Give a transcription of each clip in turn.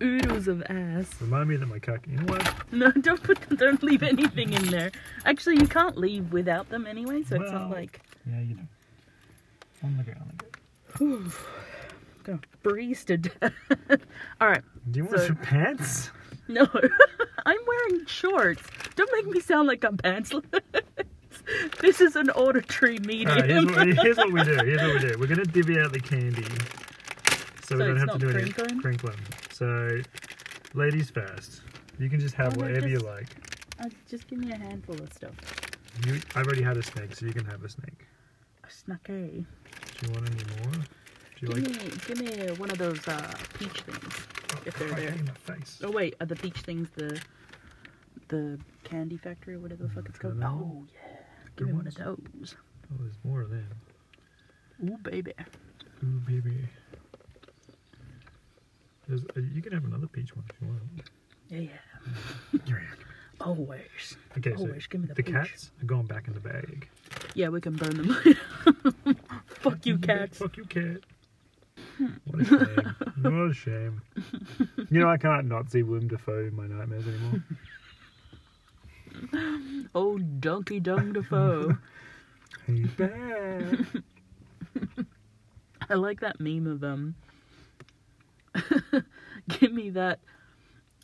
of ass. Remind me that my cock. You know what? No, don't put don't leave anything in there. Actually, you can't leave without them anyway, so it's not Well. like Yeah, you know. On the ground. like- gonna freeze to death. All right, Do you want So- some pants? no, I'm wearing shorts. Don't make me sound like I'm pantsless. this is an auditory medium. All right, here's what, we, here's what we do. Here's what we do. We're gonna divvy out the candy, so, we So don't it's have to not do any crinkling? crinkling. So, ladies first. You can just have Oh, no, whatever you just- like. Uh, just give me a handful of stuff. You, I've already had a snake, so you can have a snake. Snacky. Do you want any more? Do you Give like? me, give me one of those uh, peach things. Oh, if they're fuck, there. in my face. Oh wait, are the peach things the the candy factory or whatever the fuck it's called? Dunno. Oh yeah, give me Good one of ones. those. Oh, there's more of them. Ooh baby. Ooh, baby. There's, uh, you can have another peach one if you want. Yeah, yeah. Here, here. Always. Okay, so Always give me the, the peach. cats are going back in the bag. Yeah, we can burn them later. fuck you, cats. Hmm. Fuck you, cat. What a shame. what a shame. You know, I can't not see Willem Dafoe in my nightmares anymore. Oh, Donkey Dong Defoe. He's back. I like that meme of um. Give me that.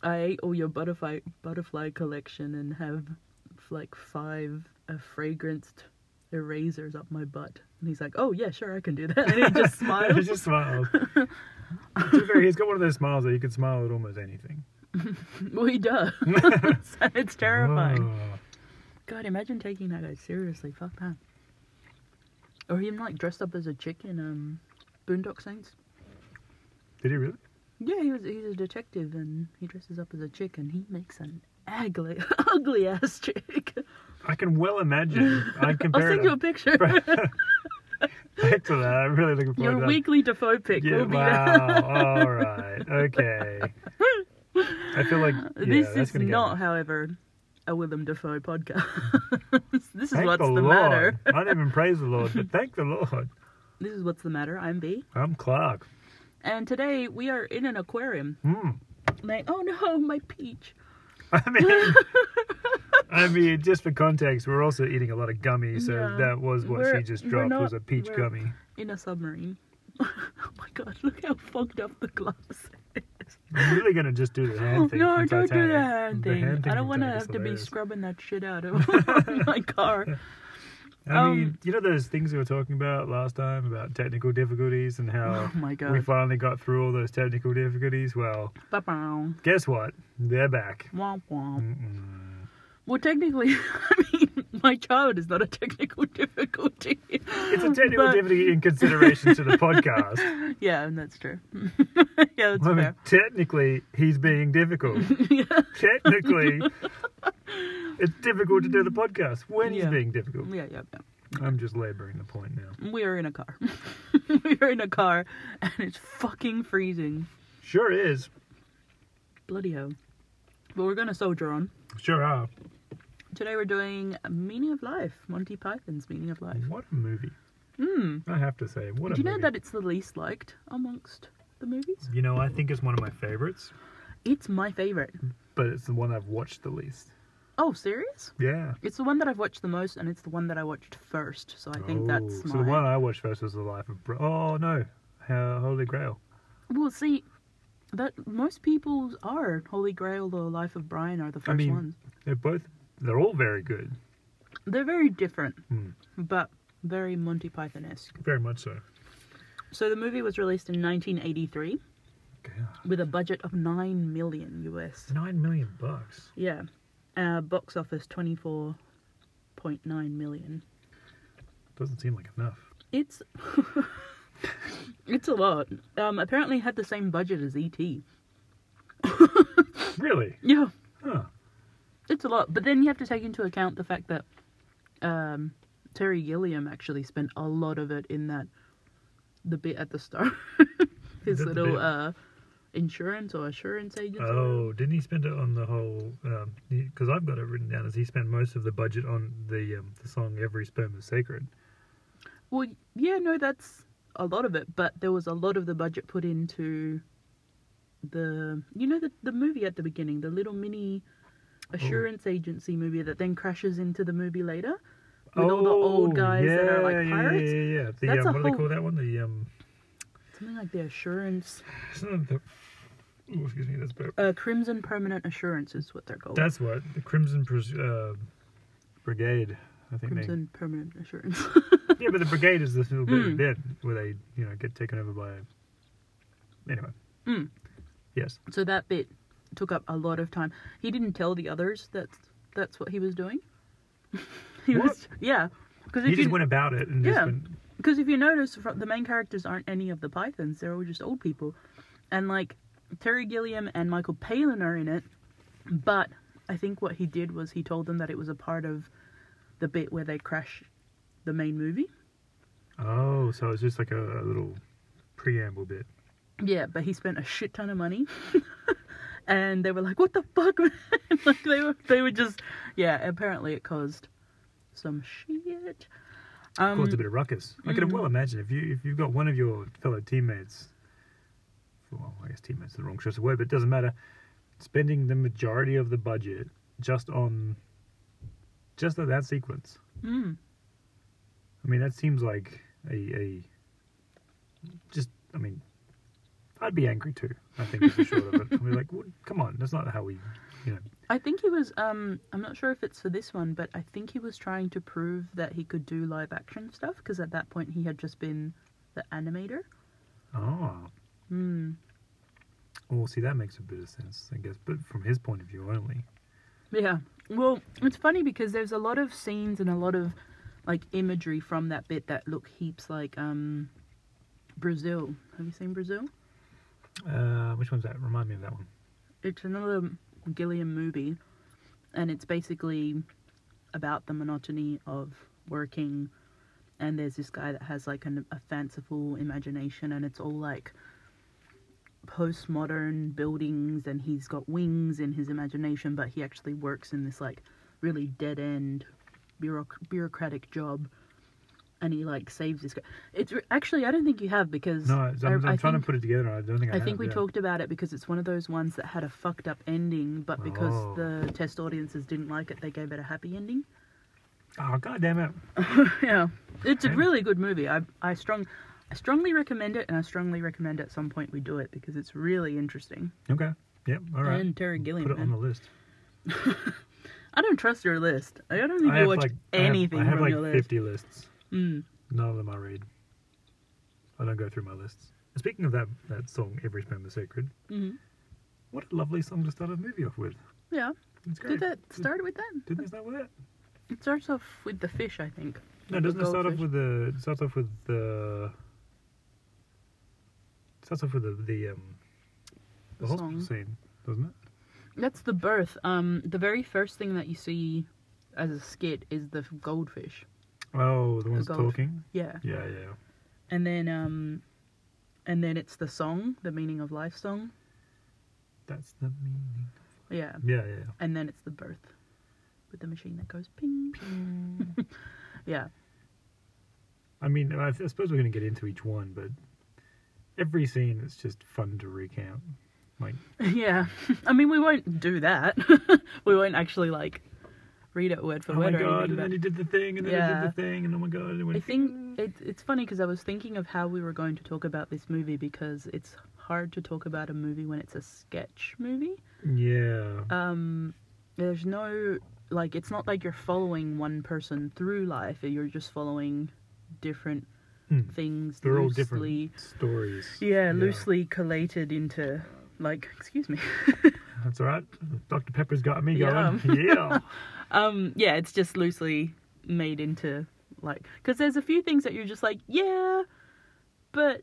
I ate all your butterfly butterfly collection and have like five uh, fragranced erasers up my butt. And he's like, "Oh yeah, sure, I can do that." And he just he smiles. just smiles. to be fair, he's got one of those smiles that you can smile at almost anything. well, he does. it's terrifying. Whoa. God, imagine taking that guy seriously. Fuck that. Or him like dressed up as a chick in um, Boondock Saints. Did he really? Yeah, he was, he's a detective and he dresses up as a chick and he makes an ugly, ugly ass chick. I can well imagine. I I'll compare send it you a picture. back to that. I'm really looking forward Your to that. weekly Defoe pic Yeah, will be wow. All right. Okay. I feel like yeah, there. this that's is gonna get not, me. however, a Willem Defoe podcast. this is Thank what's the, the, Lord. matter. I didn't even praise the Lord, but thank the Lord. This is what's the matter. I'm B, I'm Clark. and today we are in an aquarium. Hmm. Like, oh no, my peach. I mean, I mean, just for context, we're also eating a lot of gummy, so Yeah. that was what We're- she just we're dropped not- was a peach we're- gummy. In a submarine. oh my god, look how fucked up the glass is. I'm really gonna just do the hand thing. no, from don't do Titanic. the hand The thing. hand thing I don't from want to Titanic is have to be hilarious. scrubbing that shit out of my car. I mean, um, you know those things we were talking about last time about technical difficulties and how Oh my we god. finally got through all those technical difficulties. Well, Ba-bow. guess what? They're back. Womp Mm. womp. Mm-mm. Well, technically, I mean, my child is not a technical difficulty. It's a technical But- difficulty in consideration to the podcast. Yeah, and that's true. yeah, that's I mean, fair. technically, he's being difficult. Technically, it's difficult to do the podcast when he's Yeah. being difficult. Yeah, yeah, yeah. I'm just laboring the point now. We are in a car. we are in a car, and it's fucking freezing. Sure is. Bloody hell. But we're gonna soldier on. Sure are. Today we're doing Meaning of Life, Monty Python's Meaning of Life. What a movie. Mm. Hmm. I have to say, what Do a you know movie. that it's the least liked amongst the movies? You know, I think it's one of my favorites, It's my favorite. but it's the one I've watched the least. Oh, serious? Yeah. It's the one that I've watched the most, and it's the one that I watched first. So I think Oh, that's my. So the one I watched first was The Life of Bro. Oh, no. Uh, Holy Grail. Well, see, that most people's are Holy Grail or Life of Brian are the first mean- ones. They're both, they're all very good. They're very different, Hmm. but very Monty Python esque. Very much so. So the movie was released in 1983 God. with a budget of nine million US. Nine million bucks. Yeah, uh, box office 24.9 million. Doesn't seem like enough. It's it's a lot. Um, apparently had the same budget as E ET. Really? Yeah, Huh. it's a lot. But then you have to take into account the fact that um, Terry Gilliam actually spent a lot of it in that the bit at the start, his The- the little bit- uh, insurance or assurance agency. Oh, didn't he spend it on the whole? Because I've got it written down as he spent most of the budget on the um, the song "Every Sperm Is Sacred." Well, yeah, no, that's a lot of it. But there was a lot of the budget put into the you know the the movie at the beginning, the little mini assurance Oh. agency movie that then crashes into the movie later with all the old guys that are like pirates. Oh, Yeah, yeah, yeah. The, That's um, what a do they whole- call that one? The um, Something like the assurance, it's not the- oh, excuse me, that's bad. uh, Crimson Permanent Assurance is what they're called. That's what the Crimson Pres- uh, Brigade. I think they Crimson Permanent Assurance. yeah, but the brigade is this little bit Mm. bit where they, you know, get taken over by. Anyway. Mm. Yes. so that bit took up a lot of time. He didn't tell the others that that's what he was doing. he What? was yeah, because He just went about it and just Yeah. went, Because if you notice, fro- the main characters aren't any of the Pythons; they're all just old people, and like Terry Gilliam and Michael Palin are in it. But I think what he did was he told them that it was a part of the bit where they crash the main movie. oh, so it's just like a, a little preamble bit. Yeah, but he spent a shit ton of money, and they were like, "What the fuck?" Man? like they were, they were just, yeah. Apparently, it caused some shit. Um, caused a bit of ruckus. I can mm. well imagine if you if you've got one of your fellow teammates, well, I guess teammates is the wrong choice of word, but it doesn't matter. Spending the majority of the budget just on just on that sequence. mm, I mean, that seems like a a just. I mean, I'd be angry too. I think for sure. Of it. I'd be like, well, come on, that's not how we, you know. I think he was. Um, I'm not sure if it's for this one, but I think he was trying to prove that he could do live action stuff because at that point he had just been the animator. Ah, Hmm. well, see, that makes a bit of sense, I guess, but from his point of view only. Yeah. Well, it's funny because there's a lot of scenes and a lot of like imagery from that bit that look heaps like um Brazil. Have you seen Brazil? Uh, which one's that? Remind me of that one. It's another Gilliam movie and it's basically about the monotony of working and there's this guy that has like an, a fanciful imagination and it's all like postmodern buildings and he's got wings in his imagination but he actually works in this like really dead end bureauc- bureaucratic job and he like saves this guy it's re- actually i don't think you have because No, I'm, I- I'm I trying to think- put it together. and I don't think I, I have, think we yeah. talked about it because it's one of those ones that had a fucked up ending, but because Oh. the test audiences didn't like it, they gave it a happy ending. Oh god damn it! yeah, it's a Okay. really good movie. I I strong, I strongly recommend it, and I strongly recommend at some point we do it because it's really interesting. Okay. Yep. All right. And Terry put Gilliam. it on the man. list. I don't trust your list. I don't think I you have watch like I have- anything I have, from like your list. 50 lists. Mm. None of them I read. I don't go through my lists. Speaking of that that song, "Every Sperm is Sacred," Mhm. what a lovely song to start a movie off with. Yeah. It's great. Did that start with that? Didn't it start with that? It starts off with the fish, I think. No, doesn't it start off Goldfish. with the? It starts off with the. It starts off with the the um. The The hospital song. scene, doesn't it? That's the birth. Um, the very first thing that you see as a skit is the goldfish. Oh, the one's goldfish. talking. Yeah. Yeah, yeah. and then um and then it's the song the meaning of life song That's the meaning. yeah Yeah, yeah. yeah. and then it's the birth with the machine that goes ping ping yeah I mean, I I suppose we're going to get into each one, but every scene is just fun to recount. Like, yeah i mean we won't do that we won't actually like read it word for oh my word or god, anything and then he but did the thing, and then Yeah. he did the thing, and oh my god, and it went. i think it, it's funny because i was thinking of how we were going to talk about this movie because it's hard to talk about a movie when it's a sketch movie Yeah. um there's no like it's not like you're following one person through life you're just following different Hmm. things They're all loosely different stories. yeah, loosely collated into like excuse me That's all right. Dr. Pepper's got me Yeah. going. Yeah. um yeah it's just loosely made into like because there's a few things that you're just like yeah but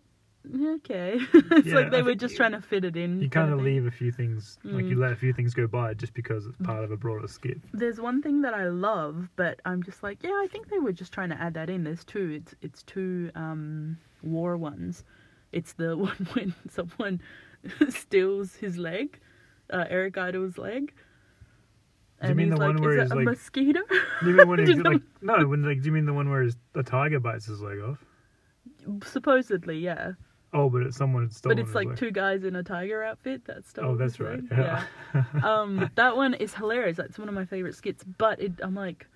okay it's Yeah, like I they were think just you- trying to fit it in You kind kind of thing. leave a few things, like Mm. you let a few things go by just because it's part of a broader skit. there's one thing that I love, but I'm just like, yeah, I think they were just trying to add that in. There's two. It's it's two um, war ones. It's the one when someone steals his leg, uh, Eric Idle's leg. Do you mean the one where is he's it a like- mosquito? Do you mean when he's Did like, no, when like, do you mean the one where his, the tiger bites his leg off? Supposedly, yeah. Oh, but it's someone had stolen. but it's his like life. two guys in a tiger outfit. That's still Oh, that's right. Yeah. um, that one is hilarious. That's one of my favorite skits. But it, I'm like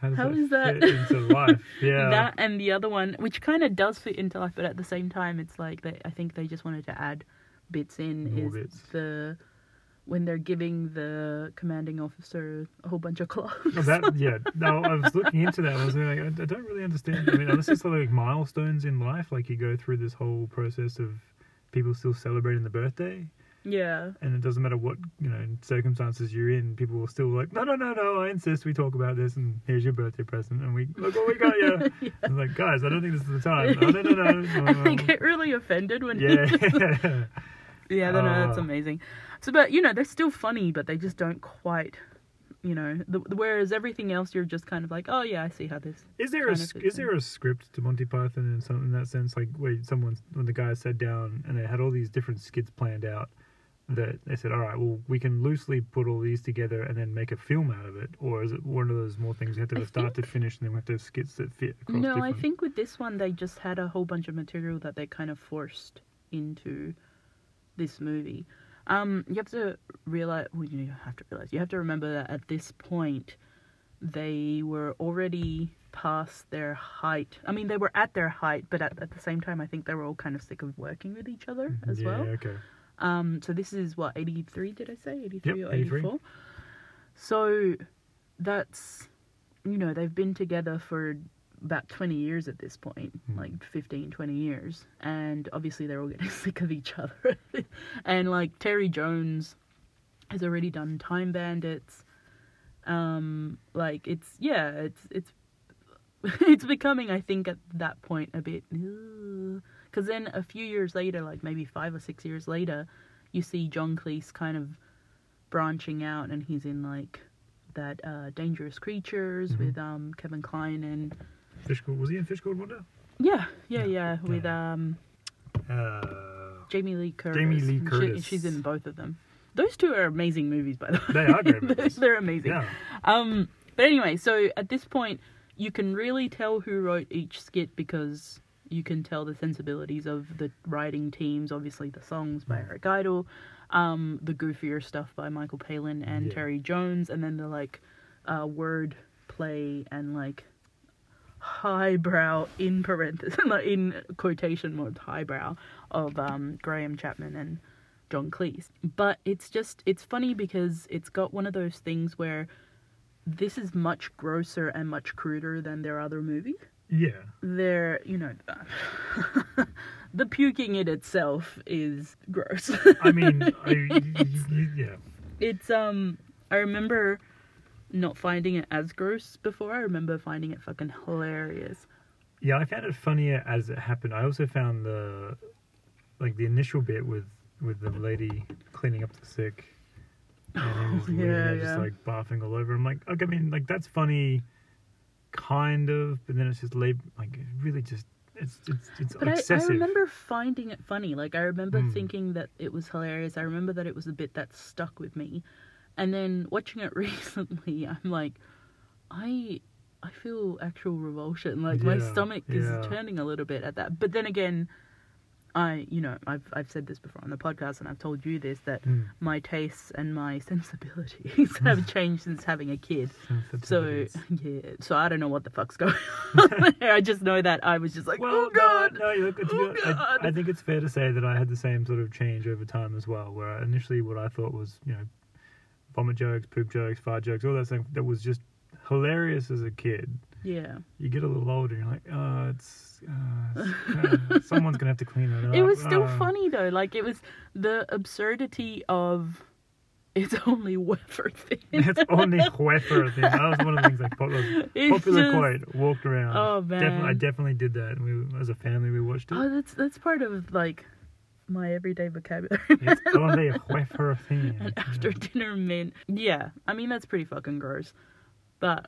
How does How that is that- fit into life? Yeah. that and the other one, which kind of does fit into life, but at the same time, it's like they. I think they just wanted to add bits in. More is bits. the when they're giving the commanding officer a whole bunch of clothes. Oh, that yeah. No, I was looking into that. I was really like, I, I don't really understand. I mean, unless it's like milestones in life, like you go through this whole process of people still celebrating the birthday, yeah. and it doesn't matter what you know circumstances you're in, people will still like, no, no, no, no. I insist we talk about this, and here's your birthday present, and we look what we got you. I'm like, guys, I don't think this is the time. Oh, no, no, no. no, I no." they get really offended when yeah. Yeah, no, no, that's Ah. amazing. So, but you know, they're still funny, but they just don't quite, you know. The, the- whereas everything else, you're just kind of like, oh yeah, I see how this. Is there a kind of sc- fits is there a script to Monty Python in some in that sense? Like where someone when the guys sat down and they had all these different skits planned out that they said, all right, well we can loosely put all these together and then make a film out of it, or is it one of those more things you have to I have start to finish and then we have to have skits that fit across? No, different... I think with this one, they just had a whole bunch of material that they kind of forced into this movie. Um, you have to realize. Well, you don't have to realize. You have to remember that at this point, they were already past their height. I mean, they were at their height, but at, at the same time, I think they were all kind of sick of working with each other as yeah, well. okay. Um, so this is what eighty three? Did I say eighty three Yep, or eighty 83. four? So that's you know they've been together for about 20 years at this point Hmm. like 15 20 years and obviously they're all getting sick of each other and like terry jones has already done time bandits um like it's yeah it's it's it's becoming i think at that point a bit because then a few years later like maybe five or six years later you see john cleese kind of branching out and he's in like that uh dangerous creatures Mhm. with um kevin Kline and Fish called was he in Fish called Wonder? yeah Yeah, yeah yeah yeah. with um Uh, jamie lee curtis Jamie Lee She- Curtis. she's in both of them those two are amazing movies by the way They are great They're- movies. they're amazing yeah. um, but anyway, so at this point, you can really tell who wrote each skit because you can tell the sensibilities of the writing teams. Obviously, the songs by Mm. Eric Idle, um, the goofier stuff by Michael Palin and Yeah. Terry Jones, and then the like uh, word play and like highbrow in parentheses in quotation marks highbrow of um, Graham Chapman and John Cleese. But it's just it's funny because it's got one of those things where this is much grosser and much cruder than their other movie. Yeah. They're you know the puking in itself is gross. I mean, I, you- you- yeah. it's um I remember not finding it as gross before. I remember finding it fucking hilarious. Yeah, I found it funnier as it happened. I also found the like the initial bit with with the lady cleaning up the sick. And Oh, him just yeah, yeah, there just yeah. like barfing all over. I'm like, okay, I mean, like that's funny, kind of, but then it's just lab- like it really just it's it's it's But I, I excessive. remember finding it funny. Like I remember Mm. thinking that it was hilarious. I remember that it was a bit that stuck with me. And then watching it recently, I'm like, I I feel actual revulsion. Like my Yeah, stomach yeah. is turning a little bit at that. But then again, I you know, I've I've said this before on the podcast and I've told you this that Mm. my tastes and my sensibilities have changed since having a kid. So Sensitivities. yeah, so I don't know what the fuck's going on. there. I just know that I was just like, well, oh no, god, no, you look, it's Oh, good. I, God. I think it's fair to say that I had the same sort of change over time as well. Where I- initially, what I thought was, you know, vomit jokes, poop jokes, fart jokes, all that stuff that was just hilarious as a kid. yeah. You get a little older, and you're like, oh, it's, uh, it's, uh, someone's gonna have to clean it up. It was still uh." funny though. Like it was the absurdity of it's only Weatherford. It's only Huefer thing. That was one of the things like popular, It's popular just- quote. Walked around. Oh, Defi- I man. definitely did that. And we, as a family, we watched it. Oh, that's that's part of like my everyday vocabulary. it's only Huefer thing. An after dinner mint. Yeah, I mean that's pretty fucking gross, but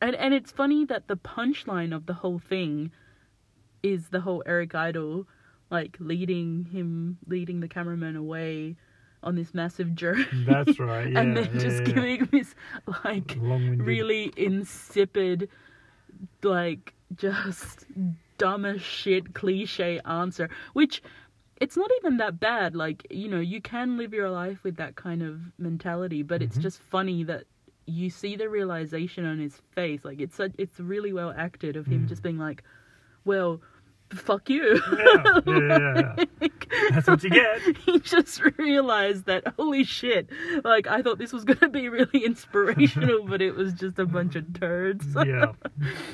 and and it's funny that the punchline of the whole thing is the whole Eric Idle like leading him leading the cameraman away on this massive journey. That's right. Yeah, and then yeah, just yeah. giving this like long-winded. really insipid like just dumbest shit cliche answer, which it's not even that bad. Like, you know, you can live your life with that kind of mentality, but it's Mhm. just funny that you see the realization on his face. Like, it's such, it's really well acted of him Mm. just being like, well, fuck you. Yeah, yeah, yeah, yeah. That's what you get. he just realized that holy shit like i thought this was going to be really inspirational but it was just a bunch of turds Yeah.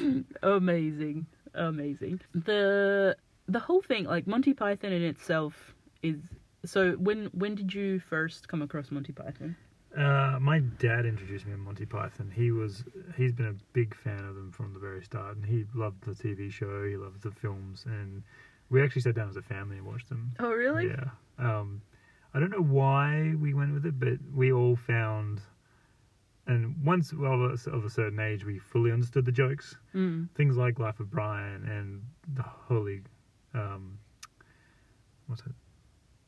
amazing amazing the the whole thing like monty python in itself is so when when did you first come across monty python Uh, my dad introduced me to Monty Python. He was he's been a big fan of them from the very start, and he loved the TV show. He loved the films, and we actually sat down as a family and watched them. oh really Yeah. Um, I don't know why we went with it, but we all found, and once well of a- of a certain age, we fully understood the jokes. mm. Things like Life of Brian and the Holy, um, what's it?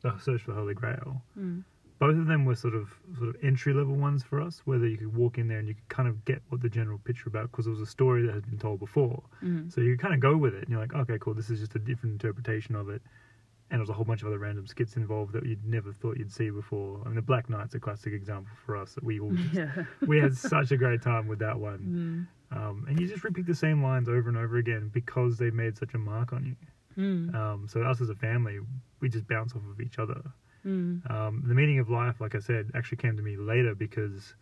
The Search for the Holy Grail Mm. both of them were sort of sort of entry level ones for us. Whether you could walk in there and you could kind of get what the general picture about because it was a story that had been told before, Mm. so you could kind of go with it. And you're like, okay, cool, this is just a different interpretation of it. And there's a whole bunch of other random skits involved that you'd never thought you'd see before. I mean, the Black Knight's a classic example for us that we all just, yeah we had such a great time with that one. mm. Um, and you just repeat the same lines over and over again because they made such a mark on you. Mm. Um, so us as a family, we just bounce off of each other. Mm. Um, the meaning of life, like I said, actually came to me later because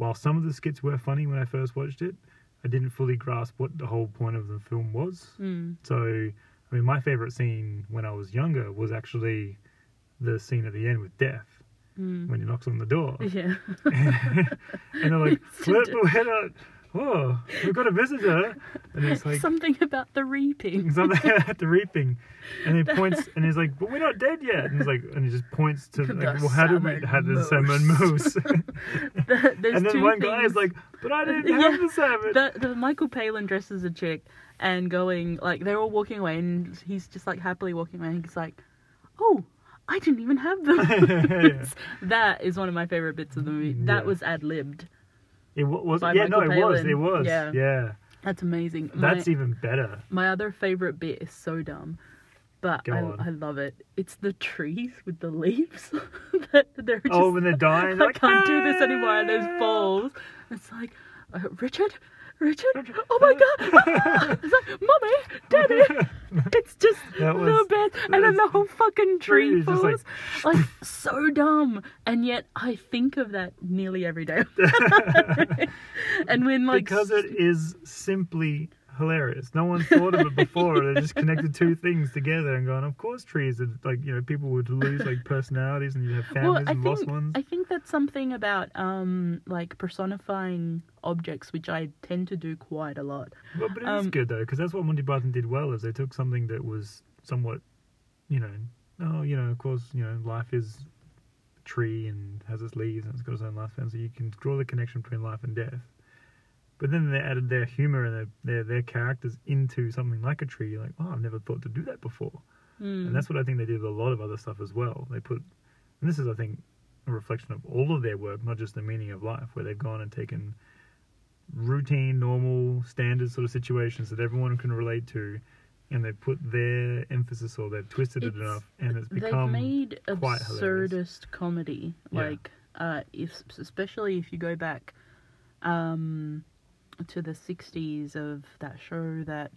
while some of the skits were funny when I first watched it, I didn't fully grasp what the whole point of the film was. Mm. So, I mean, my favorite scene when I was younger was actually the scene at the end with Death Mm. when he knocks on the door. yeah and they're like, Flip, we're here. Oh, we've got a visitor. And it's like, something about the reaping something at the reaping, and he points, and he's like, "But we're not dead yet." And he's like, and he just points to The like, "Well, how did we have the salmon salmon moose?" there's and then two one things. guy is like, "But I didn't have Yeah, the salmon." the, the Michael Palin dresses a chick and going like they're all walking away and he's just like happily walking away and he's like, oh, I didn't even have them. Yeah. that is one of my favorite bits of the movie. Yeah. That was ad libbed. It wa- was, By yeah, no, Michael it was, Palin. it was, Yeah. yeah. That's amazing. My, That's e- even better. my other favorite bit is so dumb, but Go I, on. I love it. It's the trees with the leaves that they're just. oh, when they're dying, they're I like, "Ah." can't do this anymore. And there's "Help!" balls. It's like, uh, Richard, Richard, oh my god! Ah. it's like, mommy, daddy. It's just That the was- best. And then the whole fucking It tree was just falls. like- Like, so dumb. And yet I think of that nearly every day. and when like because it is simply hilarious. No one thought of it before. They just connected two things together and gone, of course, trees. And like you know, people would lose like personalities and you'd have families well, I and lost think ones. I think that's something about um like personifying objects, which I tend to do quite a lot. Well, but it is um, good though, because that's what Monty Python did well. Is they took something that was somewhat, you know, oh, you know, of course, you know, life is a tree and has its leaves and it's got its own lifespan, so you can draw the connection between life and death. But then they added their humor and their their, their characters into something like a tree. You're like, oh, I've never thought to do that before. Mm. And that's what I think they did with a lot of other stuff as well. They put, and this is, I think, a reflection of all of their work, not just the meaning of life, where they've gone and taken routine, normal, standard sort of situations that everyone can relate to, and they've put their emphasis or they've twisted It's- it enough, and it's They've become. made quite hilarious. absurdist comedy, Yeah. like uh, if, especially if you go back um, to the '60s of that show that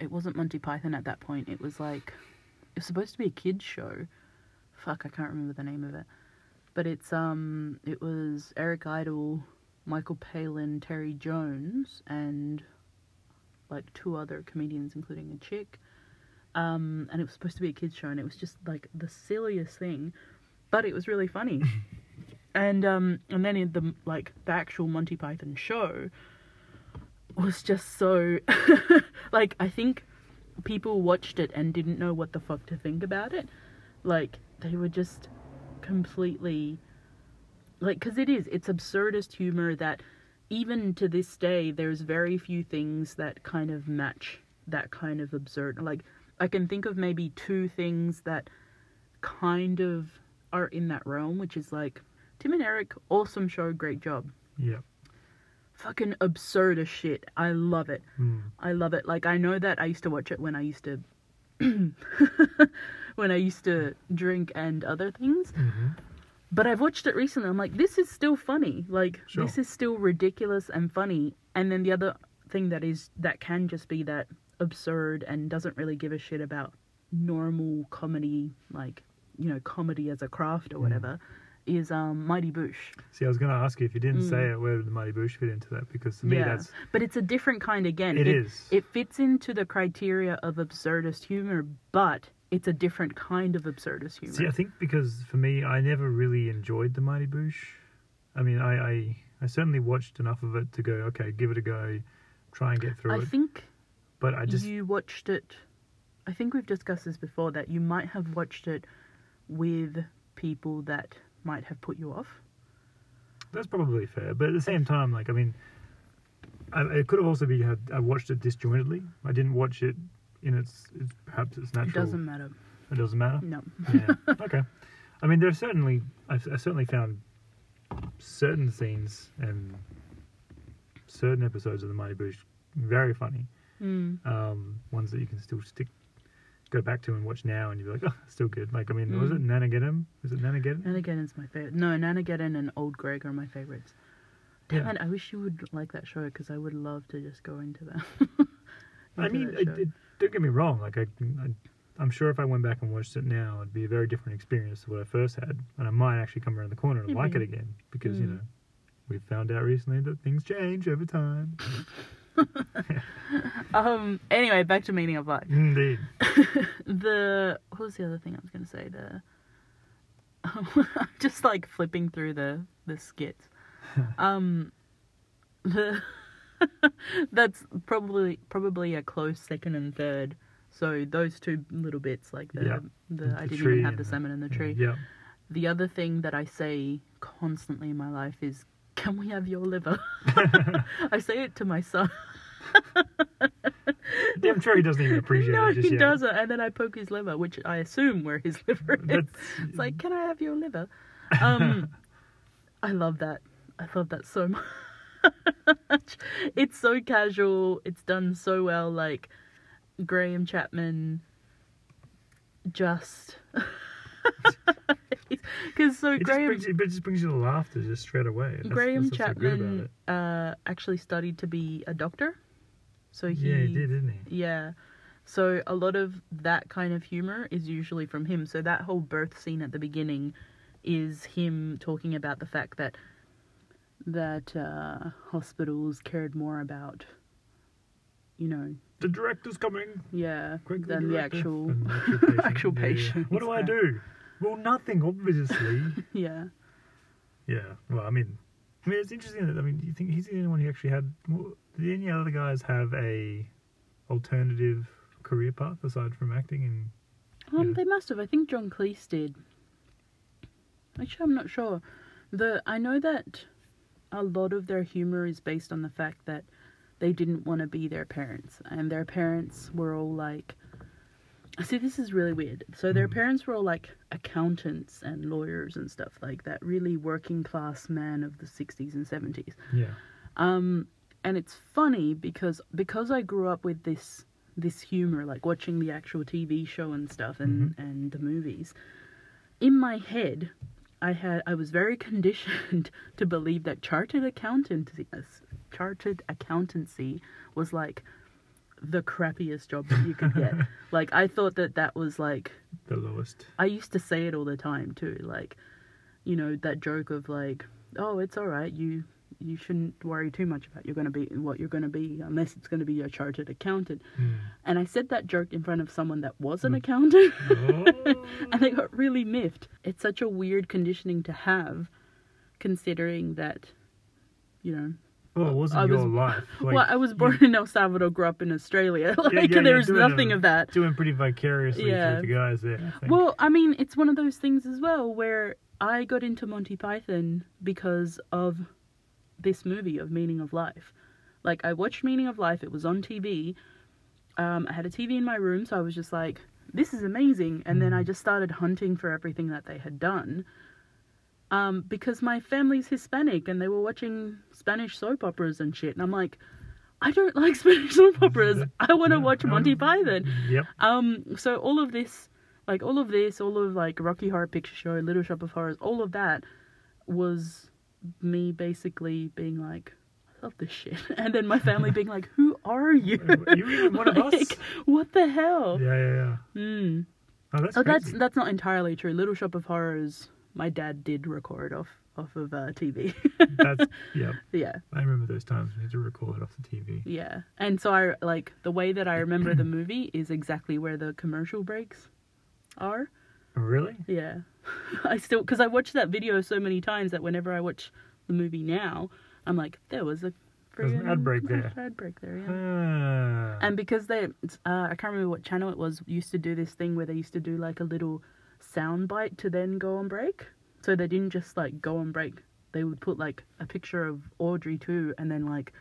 it wasn't Monty Python at that point. It was like it was supposed to be a kids show. Fuck, I can't remember the name of it, but it's um, it was Eric Idle, Michael Palin, Terry Jones, and like two other comedians, including a chick. Um, and it was supposed to be a kids show, and it was just like the silliest thing, but it was really funny. and um, and then in the like the actual Monty Python show was just so like I think people watched it and didn't know what the fuck to think about it. Like they were just completely like because it is it's absurdist humor that even to this day there's very few things that kind of match that kind of absurd like i can think of maybe two things that kind of are in that realm which is like tim and eric awesome show great job Yeah. fucking absurd as shit. I love it. Mm. I love it. Like I know that I used to watch it when I used to when I used to drink and other things. hmm But I've watched it recently. I'm like, this is still funny. Like Sure. this is still ridiculous and funny. And then the other thing that is that can just be that absurd and doesn't really give a shit about normal comedy, like you know, comedy as a craft Mm. or whatever, is um Mighty Boosh. See, I was going to ask you if you didn't Mm. say it, where would the Mighty Bush fit into that? Because to me, that's but it's a different kind again. it is. It fits into the criteria of absurdist humor, but it's a different kind of absurdist humor. See, I think because for me, I never really enjoyed the Mighty Boosh. I mean, I, I, I certainly watched enough of it to go, okay, give it a go, try and get through I it. think But I just, you watched it. I think we've discussed this before that you might have watched it with people that might have put you off. that's probably fair. But at the same time, like, I mean, I, it could have also been had, I watched it disjointedly. I didn't watch it in its, its perhaps its It natural. doesn't matter. It doesn't matter. No. yeah. Okay. I mean, there's certainly I've, I certainly found certain scenes and certain episodes of the Mighty Boosh very funny. Mm. Um, ones that you can still stick, go back to and watch now, and you're like, oh, still good. Like, I mean, was it Mm. Nanageddon? Was it Nanageddon? Nanageddon's my favorite. No, Nanageddon and Old Greg are my favorites. Damn Yeah. it, I wish you would like that show because I would love to just go into that. I into mean, that it, show. it, don't get me wrong. Like, I, I, am sure if I went back and watched it now, it'd be a very different experience to what I first had, and I might actually come around the corner and like it Maybe. again because you Mm. know we found out recently that things change over time. um. Anyway, back to meaning of life. Indeed. the what was the other thing I was gonna say? The I'm just like flipping through the the skits. um, the that's probably probably a close second and third. So those two little bits, like the Yeah. the, The I didn't tree even have and the the- salmon in the tree. Yeah. The other thing that I say constantly in my life is, "Can we have your liver?" I say it to my son. I'm sure he doesn't even appreciate no, it. Just he yet. doesn't. And then I poke his liver, which I assume where his liver is. That's- It's like, can I have your liver? Um, I love that. I love that so much. it's so casual. It's done so well. Like Graham Chapman, just because so It just, Graham brings, you- but it just brings you the laughter just straight away. That's, Graham that's what's so good about Chapman it. uh, actually studied to be a doctor. So he yeah, he did, didn't he? yeah. So a lot of that kind of humor is usually from him. So that whole birth scene at the beginning is him talking about the fact that that uh, hospitals cared more about, you know, The director's coming. yeah, Quick, the than the director. actual, Than the patient. actual Yeah, yeah. patient. What do I do? Well, nothing, obviously. yeah. yeah. Well, I mean, I mean, it's interesting that I mean, you think he's the only one who actually had. well, Did any other guys have a alternative career path aside from acting? And Um, Yeah. they must have. I think John Cleese did. Actually, I'm not sure. The I know that a lot of their humor is based on the fact that they didn't want to be their parents, and their parents were all like. See, this is really weird. So their Mm. parents were all like accountants and lawyers and stuff like that, really working class man of the 60s and 70s. yeah, Um, and it's funny because because I grew up with this this humor, like watching the actual TV show and stuff, and and the movies. In my head, I had I was very conditioned to believe that chartered accountancy chartered accountancy was like the crappiest job that you could get. like I thought that that was like the lowest. I used to say it all the time too, like, you know, that joke of like, oh, it's all right, you you shouldn't worry too much about you're going to be what you're going to be unless it's going to be your chartered accountant. Mm. And I said that joke in front of someone that was an accountant, Oh. and they got really miffed. It's such a weird conditioning to have, considering that, you know, Well, it wasn't I your was- life. Like, well, I was born in El Salvador, grew up in Australia. like yeah, yeah, there is doing it nothing on- of that. doing pretty vicariously Yeah. through the guys there. I think. Well, I mean, it's one of those things as well where I got into Monty Python because of this movie of Meaning of Life. Like, I watched Meaning of Life, it was on TV. Um, I had a TV in my room, so I was just Mm. like, this is amazing. And then I just started hunting for everything that they had done. um, because my family's Hispanic and they were watching Spanish soap operas and shit. And I'm like, I don't like Spanish soap operas. I want to Yeah, watch I Monty wouldn't- Python. Yep. Um, so all of this, like all of this, all of like Rocky Horror Picture Show, Little Shop of Horrors, all of that was me basically being like, I love this shit. And then my family being like, Who are you? Are you even one of us? What the Yeah, hell? yeah, yeah. Mm. Oh, that's Oh, that's crazy. that's not entirely true. Little Shop of Horrors, my dad did record off off of uh, TV. That's, yeah. yeah, I remember those times we had to record off the TV. yeah. And so I like the way that I remember the movie is exactly where the commercial breaks are. Really? Yeah, I still because I watched that video so many times that whenever I watch the movie now, I'm like, there was a There's an ad break friggin' there. Ad break there, yeah. Ah. And because they, uh, I can't remember what channel it was, used to do this thing where they used to do like a little sound bite to then go on break. So they didn't just like go on break. They would put like a picture of Audrey too, and then like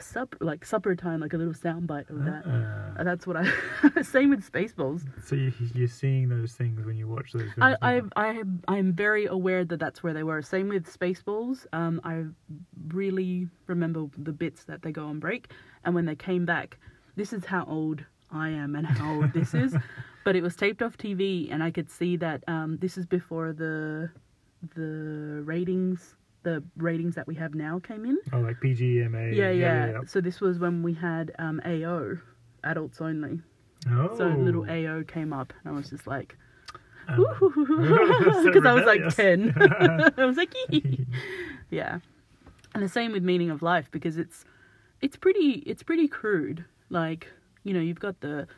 sup like supper time, like a little sound bite of that. Ah. And that's what I. same with Spaceballs. So you, you're seeing those things when you watch those. Films I now. I I I'm very aware that that's where they were. Same with Spaceballs. Um, I really remember the bits that they go on break, and when they came back, this is how old I am and how old this is. But it was taped off TV, and I could see that um, this is before the the ratings the ratings that we have now came in. Oh, like PGMA. Yeah, yeah. yeah. So this was when we had um, AO, adults only. Oh. So little AO came up, and I was just like, Um, So because I was like rebellious. ten. I was like, "Yee." yeah. And the same with meaning of life because it's it's pretty it's pretty crude. Like you know, you've got the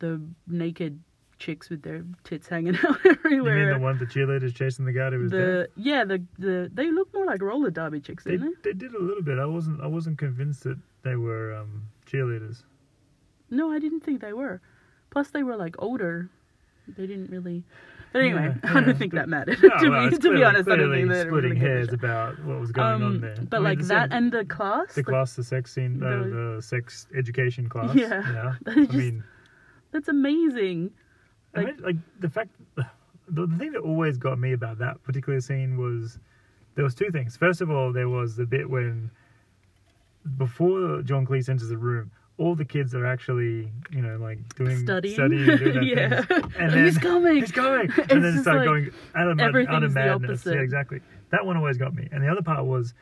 the naked chicks with their tits hanging out You mean everywhere. the one the cheerleaders chasing the guy who was dead? The- yeah, the the they look more like roller derby chicks, They, didn't they? they did a little bit. I wasn't I wasn't convinced that they were um, cheerleaders. No, I didn't think they were. Plus, they were like older. They didn't really. But anyway, Yeah, I yeah, don't think but- that mattered. No, to well, be, it's to clearly- be honest, I don't clearly think they really splitting gave a hairs shit. about what was going on Um, there. But I mean, like the that same- and the class, the like, class, the sex scene, uh, the- the sex education class. Yeah. yeah. They I just- mean, that's amazing. I Like- mean, like the fact, the, the thing that always got me about that particular scene was there was two things. First of all, there was the bit when before John Cleese enters the room, all the kids are actually, you know, like doing Studying. and doing their Yeah. Oh, things. And He's coming. He's coming. It's and then they just start like, going out of, mad- out of everything's the madness. Yeah, opposite. exactly. That one always got me. And the other part was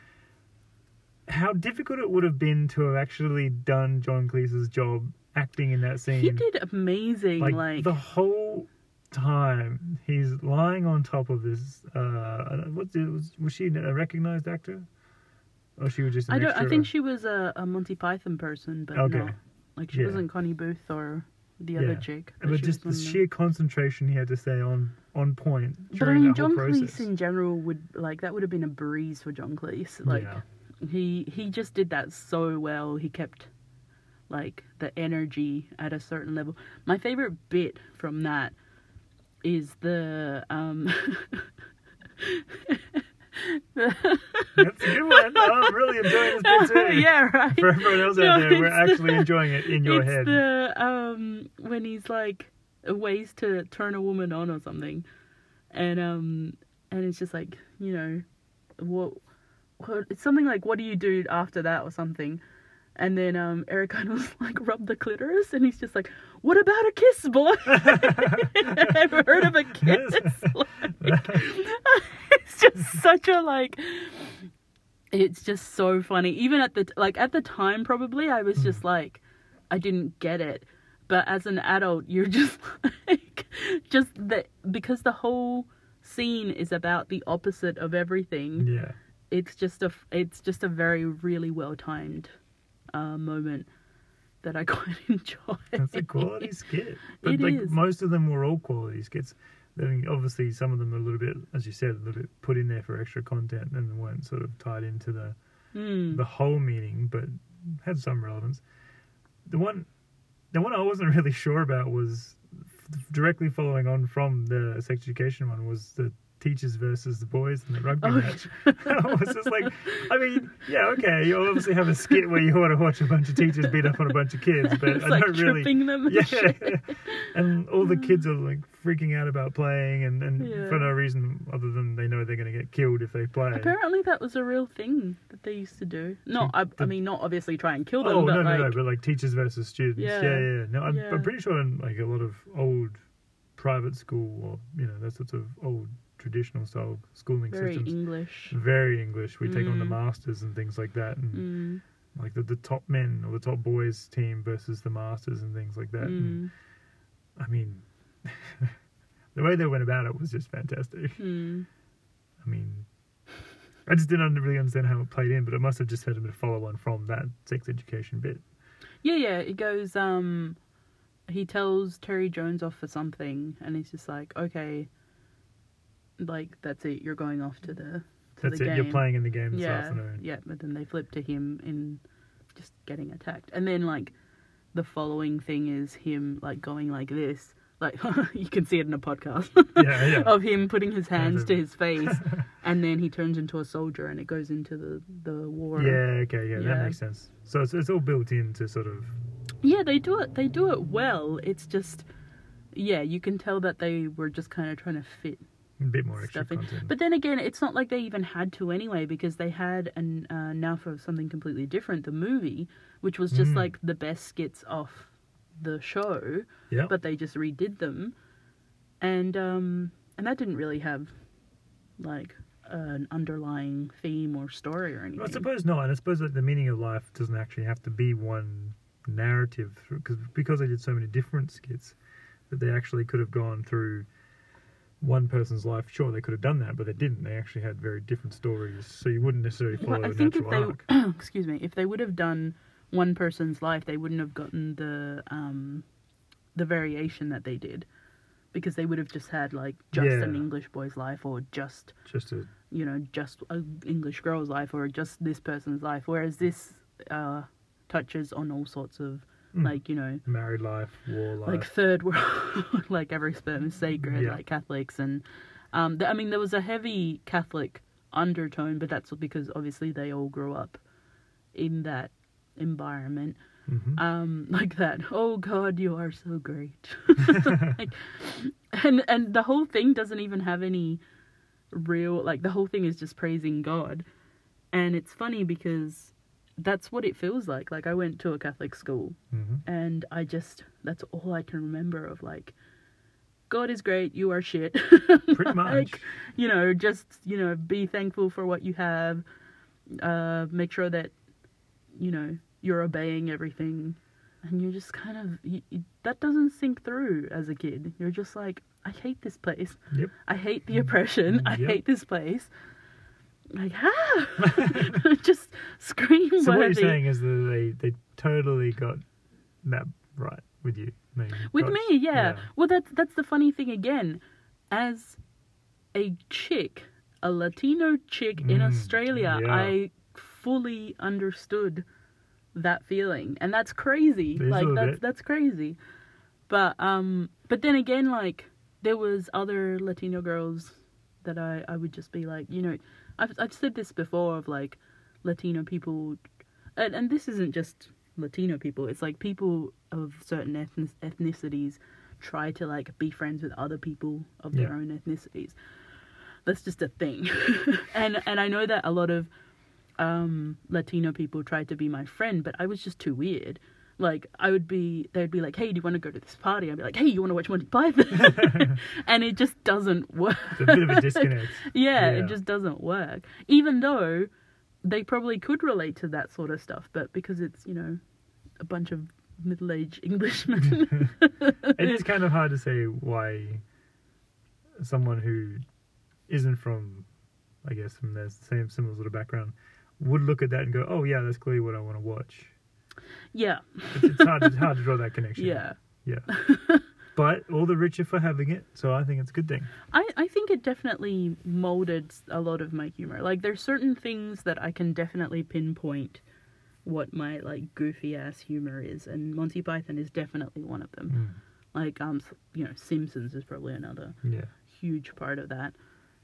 how difficult it would have been to have actually done John Cleese's job acting in that scene He did amazing. Like, like, the whole time he's lying on top of this uh what was, was she a recognized actor or she was just a I don't. I mixture think of- she was a, a Monty Python person, but Okay. not like she Yeah. wasn't Connie Booth or the other Yeah. chick. but she just the was in sheer concentration he had to stay on on point But I during mean, that whole John process Cleese in general would like that would have been a breeze for John Cleese. Like yeah. he he just did that so well. He kept like the energy at a certain level. My favorite bit from that is the um that's a good one Oh, i'm really enjoying this bit too yeah right for everyone else No, out there we're it's actually the- enjoying it in your it's head the um when he's like ways to turn a woman on or something, and um and it's just like you know what, what it's something like what do you do after that or something. And then um, Eric Idle's like rub the clitoris, and he's just like, "What about a kiss, boy? Ever heard of a kiss? Like, it's just such a like. It's just so funny. Even at the t- like at the time, probably I was Hmm. just like, I didn't get it. But as an adult, you're just like, just the because the whole scene is about the opposite of everything. yeah It's just a f- it's just a very really well timed uh, moment that I quite enjoy. That's a quality skit. But It like is. most of them were all quality skits. I mean, obviously some of them are a little bit, as you said, a little bit put in there for extra content and weren't sort of tied into the Mm. the whole meaning, but had some relevance. The one, the one I wasn't really sure about was f- directly following on from the sex education one was the teachers versus the boys in the rugby Oh, match. I was just like, I mean, yeah, okay, you obviously have a skit where you want to watch a bunch of teachers beat up on a bunch of kids, but it's I like don't really tripping them. and yeah. shit. and all the kids are like freaking out about playing and, and Yeah. for no reason other than they know they're going to get killed if they play. Apparently, that was a real thing that they used to do. No, I, I mean, not obviously try and kill them, Oh but no, no, like, no! But like teachers versus students. Yeah, Yeah. yeah. yeah. No, I'm, Yeah. I'm pretty sure in like a lot of old private school or you know that sort of old traditional style schooling very systems, English. very English. We take on the Mm. masters and things like that, and Mm, like the, the top men or the top boys team versus the masters and things like that. And, mm, I mean, the way they went about it was just fantastic. mm. I mean, I just didn't really understand how it played in, but it must have just had a bit of follow on from that sex education bit. Yeah, yeah. It goes. Um, he tells Terry Jones off for something, and he's just like, okay, like that's it. You're going off to the to That's the it. game. You're playing in the game this yeah, afternoon. yeah. But then they flip to him in just getting attacked, and then like the following thing is him like going like this. Like you can see it in a podcast. Yeah, yeah. of him putting his hands to over. his face, and then he turns into a soldier, and it goes into the the war. yeah, okay, yeah, that Yeah. makes sense. So it's, it's all built into sort of. Yeah, they do it. They do it well. It's just, yeah, you can tell that they were just kind of trying to fit A bit more extra stuff in. content. But then again, it's not like they even had to anyway, because they had an uh, now for something completely different, the movie, which was just Mm. like the best skits off the show. yeah, but they just redid them and um and that didn't really have like an underlying theme or story or anything I suppose not. And I suppose like the meaning of life doesn't actually have to be one narrative because because they did so many different skits that they actually could have gone through one person's life. Sure, they could have done that, but they didn't. They actually had very different stories, so you wouldn't necessarily follow Well, I a think natural if they arc. excuse me if they would have done one person's life they wouldn't have gotten the um the variation that they did because they would have just had like just an Yeah. English boy's life or just Just a you know just an English girl's life or just this person's life whereas this uh touches on all sorts of Mm. like you know married life, war life. like third world, like every sperm is sacred, Yeah. like Catholics, and um, th- I mean there was a heavy Catholic undertone, but that's because obviously they all grew up in that environment, Mhm. um, like that. Oh God, you are so great, like, and and the whole thing doesn't even have any real like the whole thing is just praising God, and it's funny because that's what it feels like. Like I went to a Catholic school Mhm. and I just that's all I can remember of like God is great, you are shit. Pretty much. Like, you know, just you know, be thankful for what you have. Uh make sure that you know, you're obeying everything. And you're just kind of you, you- that doesn't sink through as a kid. You're just like I hate this place. Yep. I hate the oppression. I Mm, Yep. hate this place. Like, ah! just scream So what you're worthy. saying is that they they totally got that right with you. They with got- me yeah. well that's that's the funny thing again as a chick a latino chick in Mm, australia yeah. i fully understood that feeling and that's crazy It is a like little that's bit. that's crazy but um but then again like there was other latino girls that i i would just be like you know i've i've said this before of like latino people and, and this isn't just Latino people. It's like people of certain ethnic, ethnicities try to like be friends with other people of their Yeah. own ethnicities. That's just a thing, and and I know that a lot of um, Latino people tried to be my friend, but I was just too weird. Like I would be, they'd be like, "Hey, do you want to go to this party?" I'd be like, "Hey, you want to watch Monty Python?" and it just doesn't work. It's a bit of a disconnect. Yeah, Yeah. it just doesn't work. Even though they probably could relate to that sort of stuff, but because it's, you know, a bunch of middle aged Englishmen. it is kind of hard to say why someone who isn't from, I guess, from the same similar sort of background would look at that and go, "Oh yeah, that's clearly what I want to watch." yeah, It's, it's hard. it's hard to draw that connection. yeah. Yeah. but all the richer for having it, so I think it's a good thing. I, I think it definitely molded a lot of my humor. Like, there's certain things that I can definitely pinpoint what my, like, goofy ass humor is, and Monty Python is definitely one of them. Mm. Like, um, s- you know, Simpsons is probably another Yeah. huge part of that,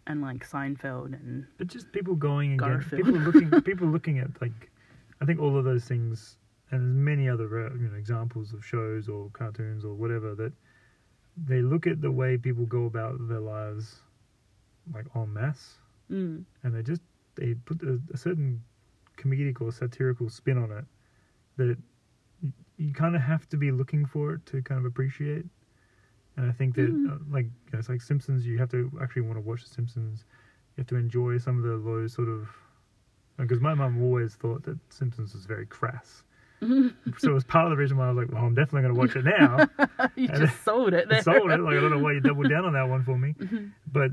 and, like, Seinfeld and. But just people going and getting- Garfield. people looking, people looking at like, I think all of those things, and there's many other uh, you know examples of shows or cartoons or whatever that they look at the way people go about their lives, like en masse, Mm. and they just they put a, a certain comedic or satirical spin on it that it, you, you kind of have to be looking for it to kind of appreciate. And I think that Mhm. uh, like you know, it's like Simpsons, you have to actually want to watch the Simpsons. You have to enjoy some of the low sort of because my mum always thought that Simpsons was very crass. so it was part of the reason why I was like, well, I'm definitely going to watch it now. you And just sold it I there. sold it. Like I don't know why you doubled down on that one for me. Mhm. But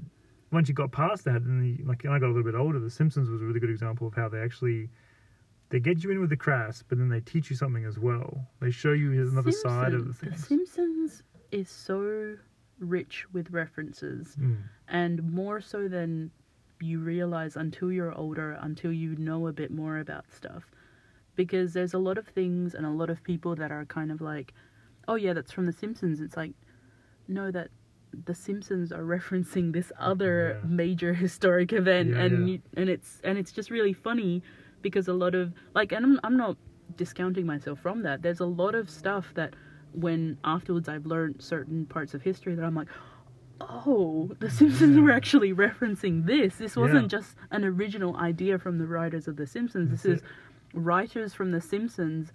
once you got past that, and the, like and I got a little bit older, The Simpsons was a really good example of how they actually they get you in with the crass, but then they teach you something as well. They show you another side of the Simpsons- things. Simpsons is so rich with references, Mm. and more so than you realize until you're older, until you know a bit more about stuff. Because there's a lot of things and a lot of people that are kind of like, oh yeah, that's from The Simpsons. It's like, no, that The Simpsons are referencing this other Yeah. major historic event, Yeah, and yeah. You, and it's and it's just really funny because a lot of like, and I'm I'm not discounting myself from that. There's a lot of stuff that when afterwards I've learned certain parts of history that I'm like, oh, The Simpsons were Yeah. actually referencing this. This wasn't Yeah. just an original idea from the writers of The Simpsons. That's this is it. writers from The Simpsons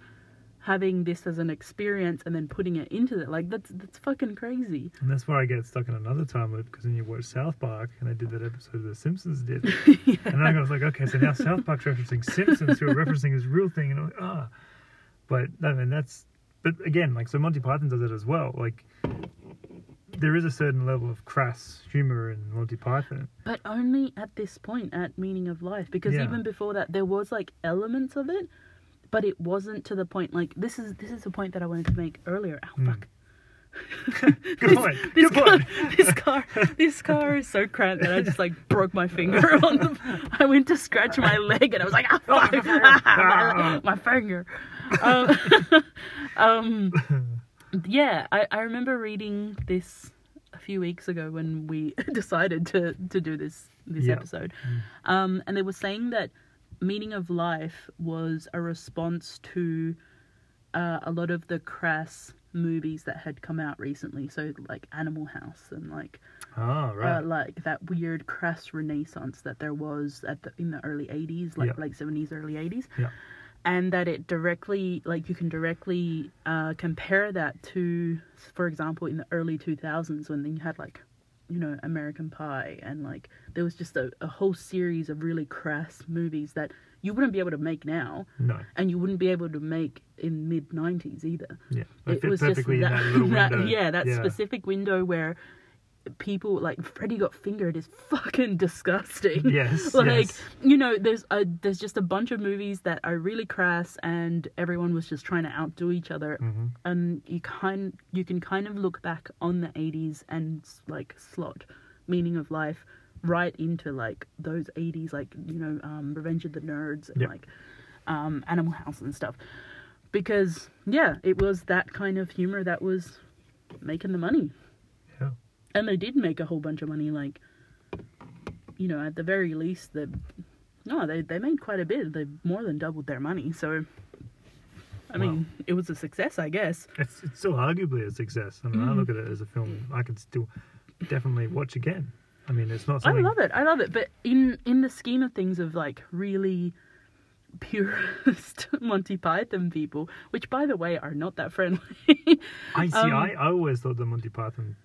having this as an experience and then putting it into it. Like that's that's fucking crazy. And that's where I get stuck in another time loop because then you watch South Park, and they did that episode The Simpsons did, and I was like, okay, so now South Park's referencing Simpsons, who are referencing his real thing, and I'm like, ah. But I mean, that's but again, like so Monty Python does it as well. Like there is a certain level of crass humor in Monty Python. But only at this point at Meaning of Life because Yeah. even before that there was like elements of it, but it wasn't to the point like this is this is the point that I wanted to make earlier. Oh Mm. fuck. Good This- point. This Good car, point. this car, this car is so cramped that I just like broke my finger on the. I went to scratch my leg and I was like, ah, fuck, my, my finger. Um, um, yeah, I, I remember reading this a few weeks ago when we decided to to do this this Yeah. Mm. episode, um, and they were saying that meaning of life was a response to uh, a lot of the crass movies that had come out recently. So like Animal House and like Ah, right. uh, like that weird crass renaissance that there was at the, in the early 80s, like Yeah. late 70s, early 80s. Yeah. And that it directly, like you can directly uh, compare that to, for example, in the early 2000s when you had like, you know, American Pie and like there was just a, a whole series of really crass movies that you wouldn't be able to make now no. and you wouldn't be able to make in mid 90s either Yeah. They fit perfectly in that little window. yeah that specific window where people like Freddy got fingered is fucking disgusting Yes. like yes. you know there's a there's just a bunch of movies that are really crass and everyone was just trying to outdo each other Mhm. and you kind you can kind of look back on the 80s and like slot meaning of life right into like those 80s like you know um revenge of the nerds and Yep. like um animal house and stuff because yeah it was that kind of humor that was making the money Yeah. and they did make a whole bunch of money like you know at the very least the no they they made quite a bit they more than doubled their money so i Wow. mean it was a success i guess It's, it's still arguably a success. I mean, I Mhm. look at it as a film I can still definitely watch again. I mean, it's not i something. love it i love it but in in the scheme of things of like really purist monty python people which by the way are not that friendly I see. Um, I, I always thought the Monty Python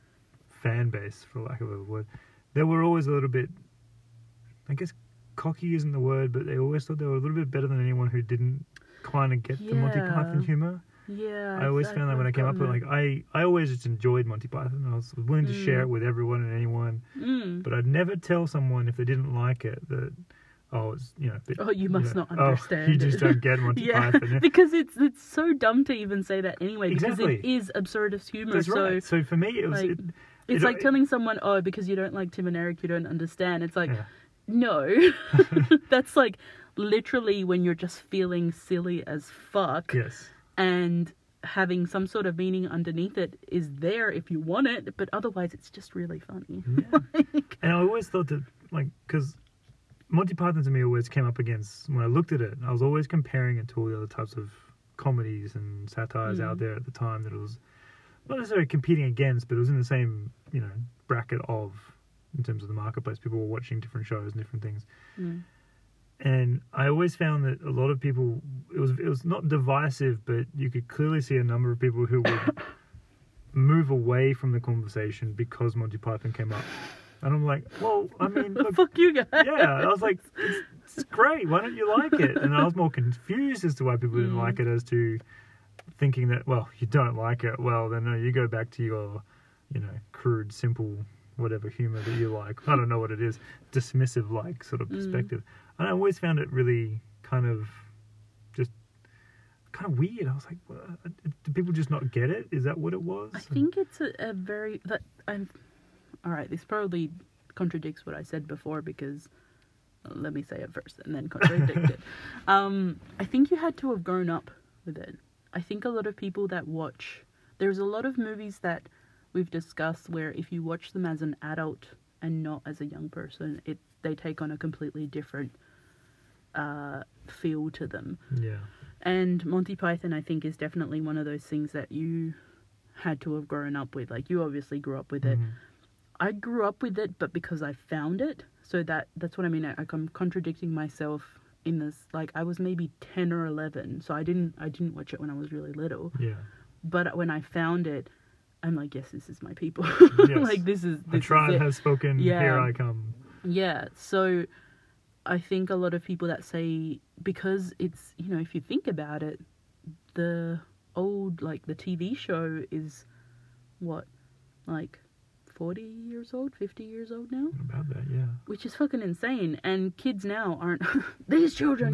fan base, for lack of a word, they were always a little bit. I guess cocky isn't the word, but they always thought they were a little bit better than anyone who didn't kind of get the Monty Python Yeah. humor. yeah I always found that when I came up with like I, I always just enjoyed Monty Python. I was willing to share Mm. it with everyone and anyone, mm. but I'd never tell someone if they didn't like it that oh it's you know. a bit- Oh, you must not "Oh, understand you just it." don't get Monty yeah, Python. because it's it's so dumb to even say that anyway because it Exactly. is absurdist humor. That's so right. So for me, it was like, it, It's It- like telling someone, oh, because you don't like Tim and Eric, you don't understand. It's like, Yeah. no. That's like literally when you're just feeling silly as fuck yes. and having some sort of meaning underneath it is there if you want it, but otherwise it's just really funny. Yeah. and I always thought that, like, because Monty Python to me always came up against when I looked at it. I was always comparing it to all the other types of comedies and satires Mm. out there at the time that it was not necessarily competing against, but it was in the same you know bracket of in terms of the marketplace. People were watching different shows and different things, Mm. and I always found that a lot of people it was it was not divisive, but you could clearly see a number of people who would move away from the conversation because Monty Python came up, and I'm like, well, I mean, look, Fuck you guys. yeah, I was like, it's, it's great. Why don't you like it? And I was more confused as to why people didn't Mm. like it, as to thinking that well, you don't like it. Well, then no, you go back to your, you know, crude, simple, whatever humor that you like. I don't know what it is, dismissive like sort of Mm. perspective. And I always found it really kind of just kind of weird. I was like, what? do people just not get it? Is that what it was? I think it's a, a very that I'm. All right, this probably contradicts what I said before because let me say it first and then contradict it. Um, I think you had to have grown up with it. I think a lot of people that watch there's a lot of movies that we've discussed where if you watch them as an adult and not as a young person, it they take on a completely different uh, feel to them. yeah. And Monty Python, I think, is definitely one of those things that you had to have grown up with. Like you obviously grew up with it. Mhm. I grew up with it, but because I found it. So that that's what I mean. I, like I'm contradicting myself in this. Like I was maybe ten or eleven, so I didn't I didn't watch it when I was really little. Yeah. But when I found it, I'm like, yes, this is my people. Yes. like this is The this is tribe it. has spoken. Yeah. Here I come. Yeah, so I think a lot of people that say because it's you know if you think about it, the old like the TV show is what like forty years old, fifty years old now, About that, yeah. which is fucking insane. And kids now aren't these children.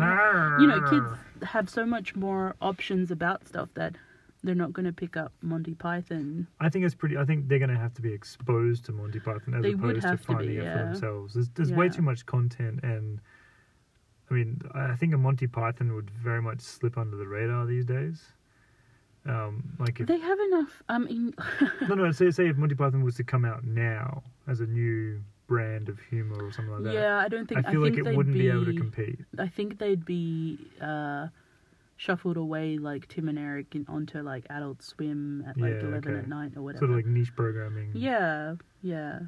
You know, kids have so much more options about stuff that they're not going to pick up Monty Python. I think it's pretty. I think they're going to have to be exposed to Monty Python as They would opposed to have to be, finding it for yeah. themselves. There's, there's way Yeah. too much content, and I mean, I think a Monty Python would very much slip under the radar these days. Um, like if They have enough. I mean, no, no, say say if Monty Python was to come out now as a new brand of humor or something like that. yeah, I don't think. I feel think like it they'd wouldn't be... able to be- compete. I think they'd be uh, shuffled away like Tim and Eric in, onto like Adult Swim at like Yeah, eleven okay. at night or whatever. Sort of like niche programming. yeah, yeah,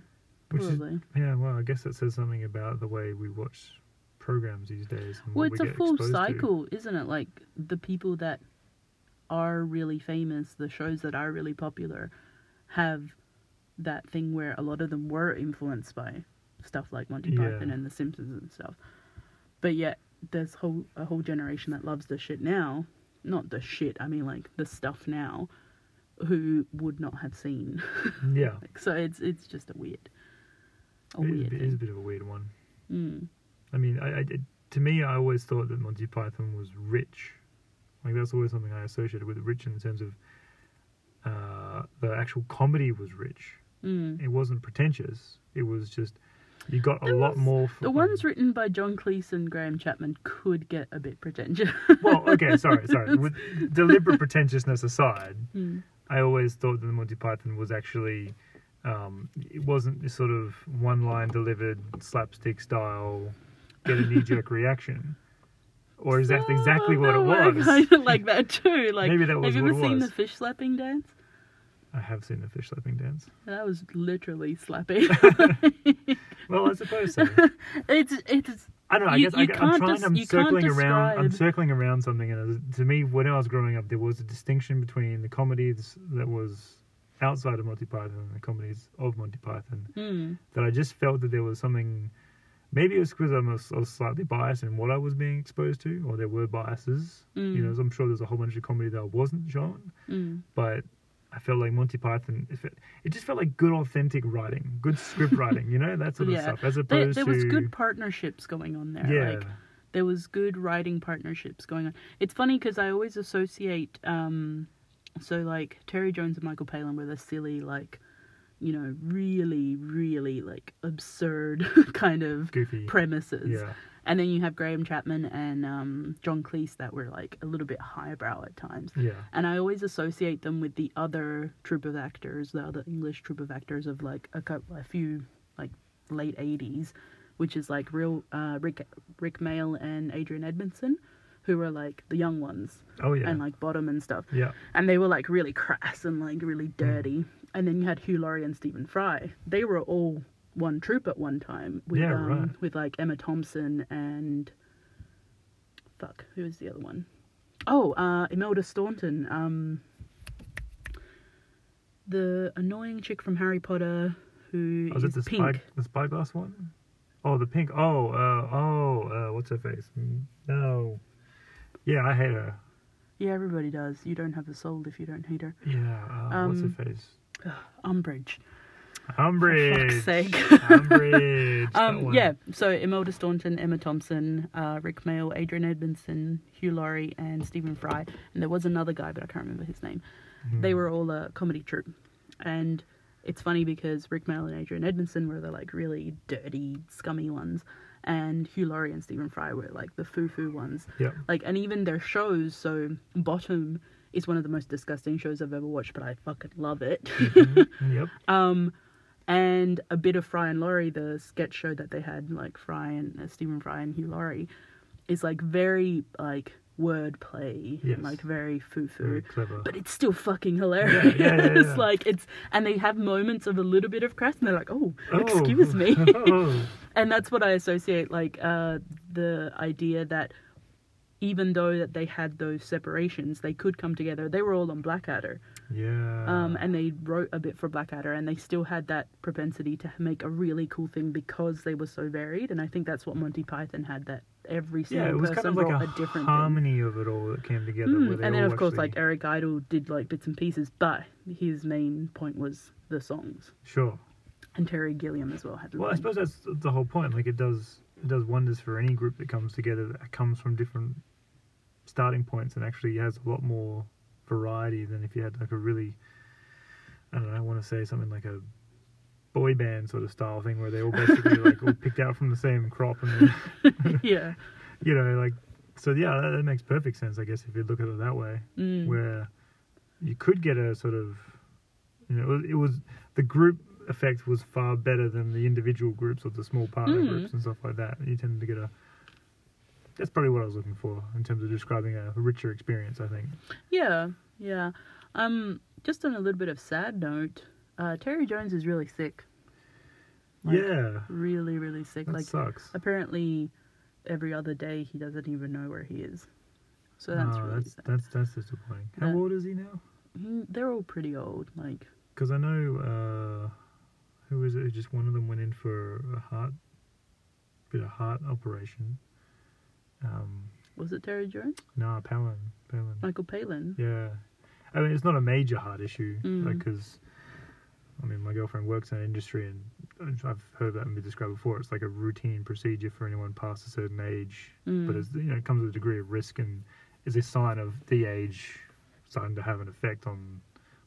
Which is, probably. yeah. Well, I guess that says something about the way we watch programs these days. And well, what it's we a get full exposed to. cycle, isn't it? Like the people that are really famous, the shows that are really popular, have that thing where a lot of them were influenced by stuff like Monty Yeah. Python and The Simpsons and stuff. But yet, there's whole a whole generation that loves the shit now. Not the shit, I mean like the stuff now, who would not have seen. Yeah. Like, so it's it's just a weird, a It is weird bit- it is a thing. bit of a weird one. Mm. I mean, I, I- it- to me, I always thought that Monty Python was rich. Like that's always something I associated with rich in terms of uh, the actual comedy was rich. Mm. It wasn't pretentious. It was just you got a There lot was- more. For, The ones written by John Cleese and Graham Chapman could get a bit pretentious. well, uh, okay, sorry, sorry. With deliberate pretentiousness aside, Mm. I always thought that the Monty Python was actually um, it wasn't this sort of one line delivered slapstick style get a knee jerk reaction. Or is that exactly what it Oh, I was? kinda like that too. Like Maybe that was have you what ever it seen was. the fish slapping dance? I have seen the fish slapping dance. That was literally slapping. Well, I suppose so. it's it's I don't know. I You- guess I, you am can't trying. des- I'm you can't circling around. I'm describe- circling around something. And it was- to me, when I was growing up, there was a distinction between the comedies that was outside of Monty Python and the comedies of Monty Python. mm, that I just felt that there was something. Maybe it was because I was, I was slightly biased in what I was being exposed to, or there were biases. You Mm. know, I'm sure there's a whole bunch of comedy that I wasn't shown, mm. but I felt like Monty Python. It, felt- it just felt like good, authentic writing, good script writing. You know, that sort of Yeah. stuff. As There, opposed there was to good partnerships going on there. yeah, Like there was good writing partnerships going on. It's funny because I always associate, um, so like Terry Jones and Michael Palin were the silly, like, you know, really, really like absurd kind of goofy. premises. yeah, And then you have Graham Chapman and um, John Cleese that were like a little bit highbrow at times. yeah, And I always associate them with the other troupe of actors, the other English troupe of actors of like a, cou- a few like late 80s, which is like real uh, Rick Rick Mail and Adrian Edmondson, who were like the young ones Oh yeah. and like bottom and stuff. yeah. And they were like really crass and like really Hmm. dirty. And then you had Hugh Laurie and Stephen Fry. They were all one troupe at one time with Yeah, um, right. with like Emma Thompson and fuck, who was the other one? Oh, uh Imelda Staunton, um the annoying chick from Harry Potter who Oh, is it is the pink. spy the spyglass one? Oh, the pink. Oh, uh, oh, uh, what's her face? Mm, No. Yeah, I hate her. Yeah, everybody does. You don't have a soul if you don't hate her. Yeah. Uh, what's Um, her face? Umbridge. Umbridge. sake. Umbridge. that Um, one. yeah, so Imelda Staunton, Emma Thompson, uh, Rick Mail, Adrian Edmondson, Hugh Laurie, and Stephen Fry. And there was another guy, but I can't remember his name. They were all a comedy troupe. And it's funny because Rick Mail and Adrian Edmondson were the like really dirty, scummy ones. And Hugh Laurie and Stephen Fry were like the foo foo ones. Yeah. Like, and even their shows, so Bottom is one of the most disgusting shows I've ever watched, but I fucking love it. Yep. Um, and a bit of Fry and Laurie, the sketch show that they had, like Fry and uh, Stephen Fry and Hugh Laurie, is like very like wordplay, Yes. and, like very foo Very foo, clever. but it's still fucking hilarious. yeah, yeah, yeah. like it's and they have moments of a little bit of crass, and they're like, oh, Oh. excuse me, oh. and that's what I associate like uh, the idea that. Even though that they had those separations, they could come together. They were all on Blackadder, Yeah. um, and they wrote a bit for Blackadder, and they still had that propensity to make a really cool thing because they were so varied. And I think that's what Monty Python had that every single yeah, it was person kind of like brought a, a, different thing. harmony of it all that came together. Mm, where they And then all of course, actually- like Eric Idle did like bits and pieces, but his main point was the songs. sure. And Terry Gilliam as well had. Well, I lines. suppose that's the whole point. Like it does, it does wonders for any group that comes together that comes from different starting points and actually has a lot more variety than if you had like a really, I don't know, I want to say something like a boy band sort of style thing where they all basically like all picked out from the same crop and then, yeah. you know like so yeah that, that makes perfect sense I guess if you look at it that way Mm. where you could get a sort of you know it was, it was the group effect was far better than the individual groups or the small partner Mm. groups and stuff like that you tended to get a that's probably what I was looking for in terms of describing a richer experience I think Yeah, yeah. Um, just on a little bit of sad note, uh, Terry Jones is really sick. Like, yeah Really, really sick. that like sucks apparently every other day he doesn't even know where he is so that's No, really Oh, that's, sad. that's that's disappointing how That- old is he now Mm, they're all pretty old like because I know uh who is it just one of them went in for a heart bit of heart operation um was it terry jones nah Palin Palin michael palin Yeah, I mean it's not a major heart issue Mm. because, I mean, my girlfriend works in an industry and I've heard that be described before. It's like a routine procedure for anyone past a certain age, but Mm. it's you know it comes with a degree of risk and is a sign of the age starting to have an effect on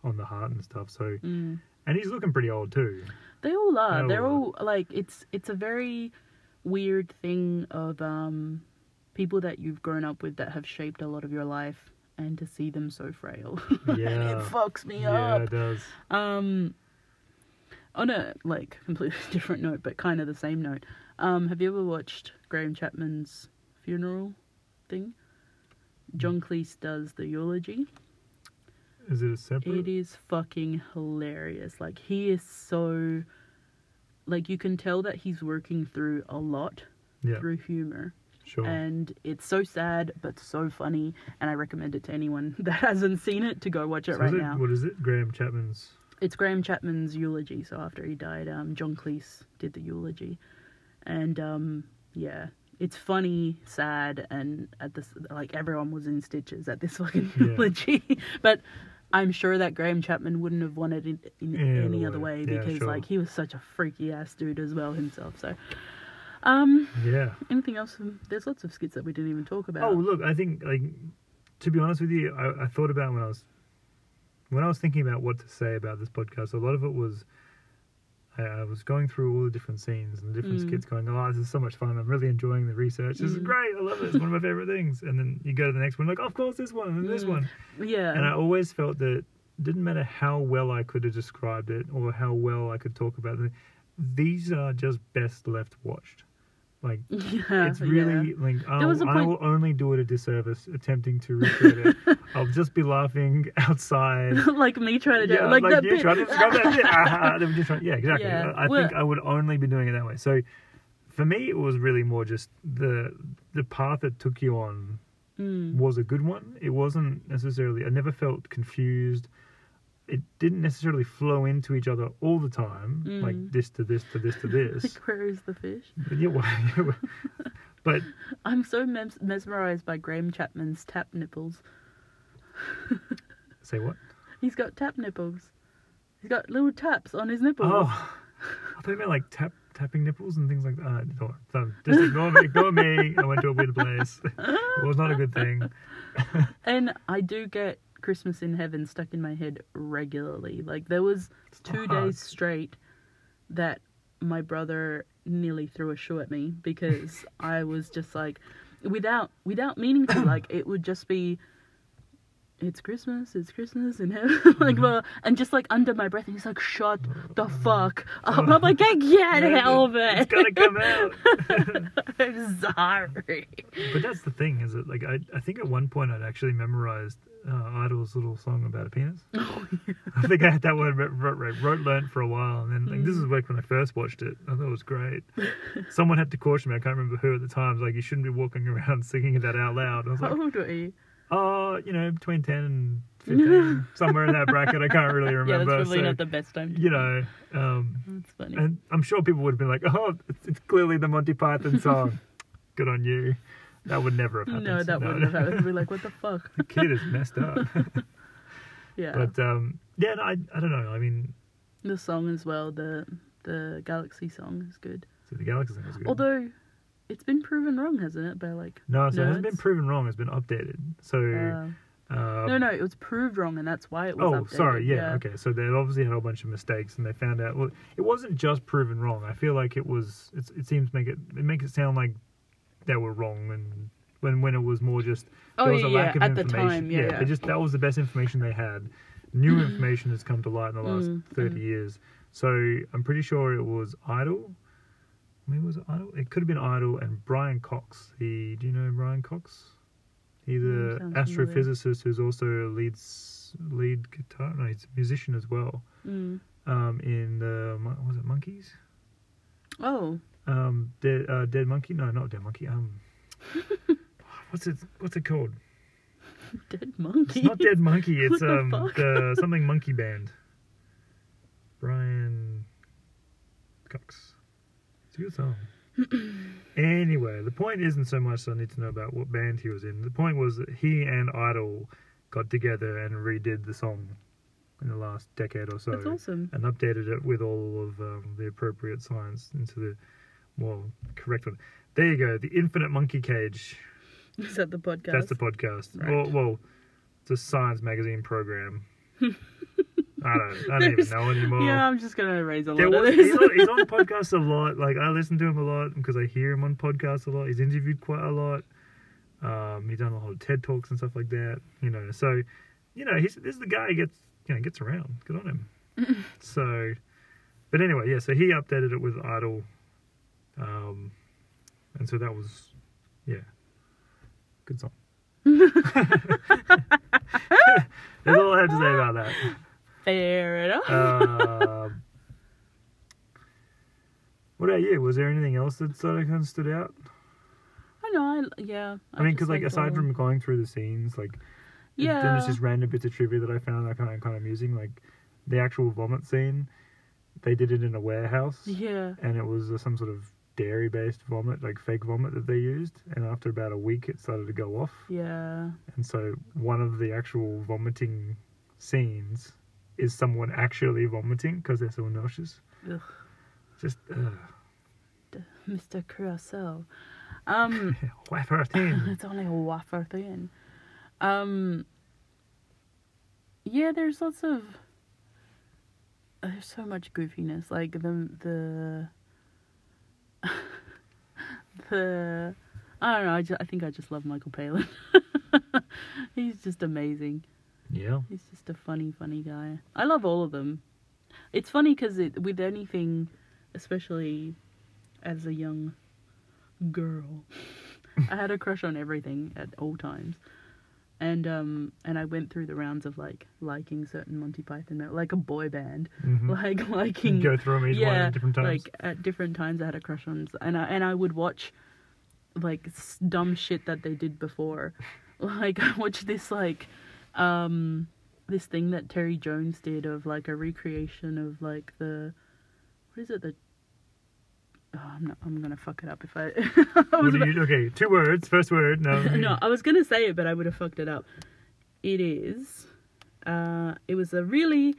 on the heart and stuff. So mm. and he's looking pretty old too. they all are They they're all all like it's it's a very weird thing of um people that you've grown up with that have shaped a lot of your life and to see them so frail it Yeah, fucks me yeah, up it does. Um, on a like completely different note, but kind of the same note. Um, have you ever watched Graham Chapman's funeral thing? John Mm. Cleese does the eulogy. Is it a separate? It is fucking hilarious. Like he is so, like you can tell that he's working through a lot yeah, through humor, sure. and it's so sad but so funny. And I recommend it to anyone that hasn't seen it to go watch it So is right it- now. What is it? Graham Chapman's. it's Graham Chapman's eulogy. So after he died, um, John Cleese did the eulogy, and um, yeah, it's funny, sad, and at this like everyone was in stitches at this fucking Yeah. eulogy. but I'm sure that Graham Chapman wouldn't have wanted it in Any other any other way. way, Yeah, because sure. like he was such a freaky ass dude as well himself. So, um, Yeah. anything else? Um, There's lots of skits that we didn't even talk about. Oh, look, I think like to be honest with you, I, I thought about when I was when I was thinking about what to say about this podcast. A lot of it was I, I was going through all the different scenes and the different Mm. skits, going, "Oh, this is so much fun! I'm really enjoying the research. This is Mm. great. I love it. It's one of my favorite things." And then you go to the next one, like, "Of course, this one and this Mm. one." yeah, And I always felt that it didn't matter how well I could have described it or how well I could talk about it. These are just best left watched. Like Yeah, it's really yeah. like I There was will, a I point- will only do it a disservice attempting to recreate it. I'll just be laughing outside. like me trying to Yeah, do like, that you bit. tried to describe that bit. Ah, they were just trying- yeah, exactly. Yeah, I I well- think I would only be doing it that way. So for me, it was really more just the the path it took you on Mm. was a good one. It wasn't necessarily. I never felt confused. It didn't necessarily flow into each other all the time, like Mm. this to this to this to this. Like, where is the fish? but yeah, well, yeah, well, but I'm so mes- mesmerized by Graham Chapman's tap nipples. say what? He's got tap nipples. He's got little taps on his nipples. Oh, I thought you meant like tap tapping nipples and things like that. Uh, no, no, just ignore me, ignore me. I went to a weird place. it was not a good thing. And I do get Christmas in Heaven stuck in my head regularly. Like there was two Fuck. days straight that my brother nearly threw a shoe at me because I was just like without without meaning to like it would just be it's Christmas, it's Christmas in heaven Mm-hmm. like well and just like under my breath and he's like shut the fuck up. I'm like I can't help It's it. gotta come out. I'm sorry. But that's the thing, is it? Like, I, I think at one point I'd actually memorized uh, Idol's little song about a penis. Oh, I think I had that word wrote, wrote, wrote learnt for a while, and then like Mm. this is like when I first watched it. I thought it was great. Someone had to caution me. I can't remember who at the time. Like, you shouldn't be walking around singing that out loud. I was How like, old were you? oh, you know, between ten and fifteen, somewhere in that bracket. I can't really Yeah, that's remember. probably so, not the best time to you know. Um, That's funny. and I'm sure people would have been like, "Oh, it's, it's clearly the Monty Python song." Good on you. That would never have happened. No, that wouldn't have happened. I'd be like, what the fuck? the kid is messed up. Yeah. But um, yeah, no, I I don't know. I mean, the song as well, the the Galaxy song is good. so the Galaxy thing was good. Although it's been proven wrong, hasn't it? By like no, so it hasn't been nerds? proven wrong. It's been updated. So uh, um, No no, it was proved wrong and that's why it was Oh, updated. sorry. Yeah, Okay. So they obviously had a whole bunch of mistakes, and they found out. Well, it wasn't just proven wrong. I feel like it was. It's, it seems make it. It makes it sound like they were wrong, and when when it was more just there Oh, was a yeah, lack of at the information. time, yeah, yeah. They just that was the best information they had. New information has come to light in the last Mm, thirty years. So I'm pretty sure it was Idol. Maybe was it Idol? It could have been Idol and Brian Cox. He, do you know Brian Cox? He's Mm, a sounds familiar. astrophysicist who's also a lead s- lead guitar. No, he's a musician as well. Mm. Um, in the Mon- was it Monkeys? Oh. Um, Dead uh, Dead Monkey? No, not Dead Monkey. Um, what's it? What's it called? Dead It's monkey. not Dead Monkey. It's What the um fuck? the something Monkey Band. Brian Cox. It's a good song. anyway, the point isn't so much I need to know about what band he was in. The point was that he and Idol got together and redid the song in the last decade or so, That's awesome. and updated it with all of um, the appropriate science into the more correct one. There you go. The Infinite Monkey Cage. Is that the podcast? That's the podcast. Right. Well, well, it's a science magazine program. I don't, I don't even There's- know anymore. yeah, I'm just gonna erase a There lot was, of he's, this. on, he's on podcasts a lot. Like I listen to him a lot because I hear him on podcasts a lot. He's interviewed quite a lot. Um, he's done a lot of TED talks and stuff like that. You know, so you know he's this is the guy who gets you know gets around. Good on him. so, but anyway, yeah. So he updated it with Idol, um, and so that was yeah, good song. That's all I have to say about that. Fair enough. Um, what about you? Was there anything else that sort of kind of stood out? I know. I, yeah. I, mean, just because like liked all aside of from them. going through the scenes, like yeah, there was just random bits of trivia that I found that kind of kind of amusing. Like the actual vomit scene, they did it in a warehouse, yeah. and it was uh, some sort of dairy-based vomit, like fake vomit that they used. And after about a week, it started to go off, Yeah. and so one of the actual vomiting scenes is someone actually vomiting because they're so nauseous. Ugh. Just. Uh, Mr. Curacao. Um, Why 13? it's only a wafer thin. Um, yeah, there's lots of. There's so much goofiness, like the the. the, I don't know. I just, I think I just love Michael Palin. He's just amazing. yeah. He's just a funny, funny guy. I love all of them. It's funny because it, with anything, especially as a young girl. I had a crush on everything at all times. And um and I went through the rounds of like liking certain Monty Python mem- like a boy band. Mhm. Like liking You go through them each one at different times. Like at different times, I had a crush on, and I and I would watch like s- dumb shit that they did before. Like I watched this like um this thing that Terry Jones did of like a recreation of like the what is it the oh, I'm not, I'm gonna fuck it up if I, I What was do about- you- okay, two words. First word. No. no I was gonna say it but I would have fucked it up. It is uh it was a really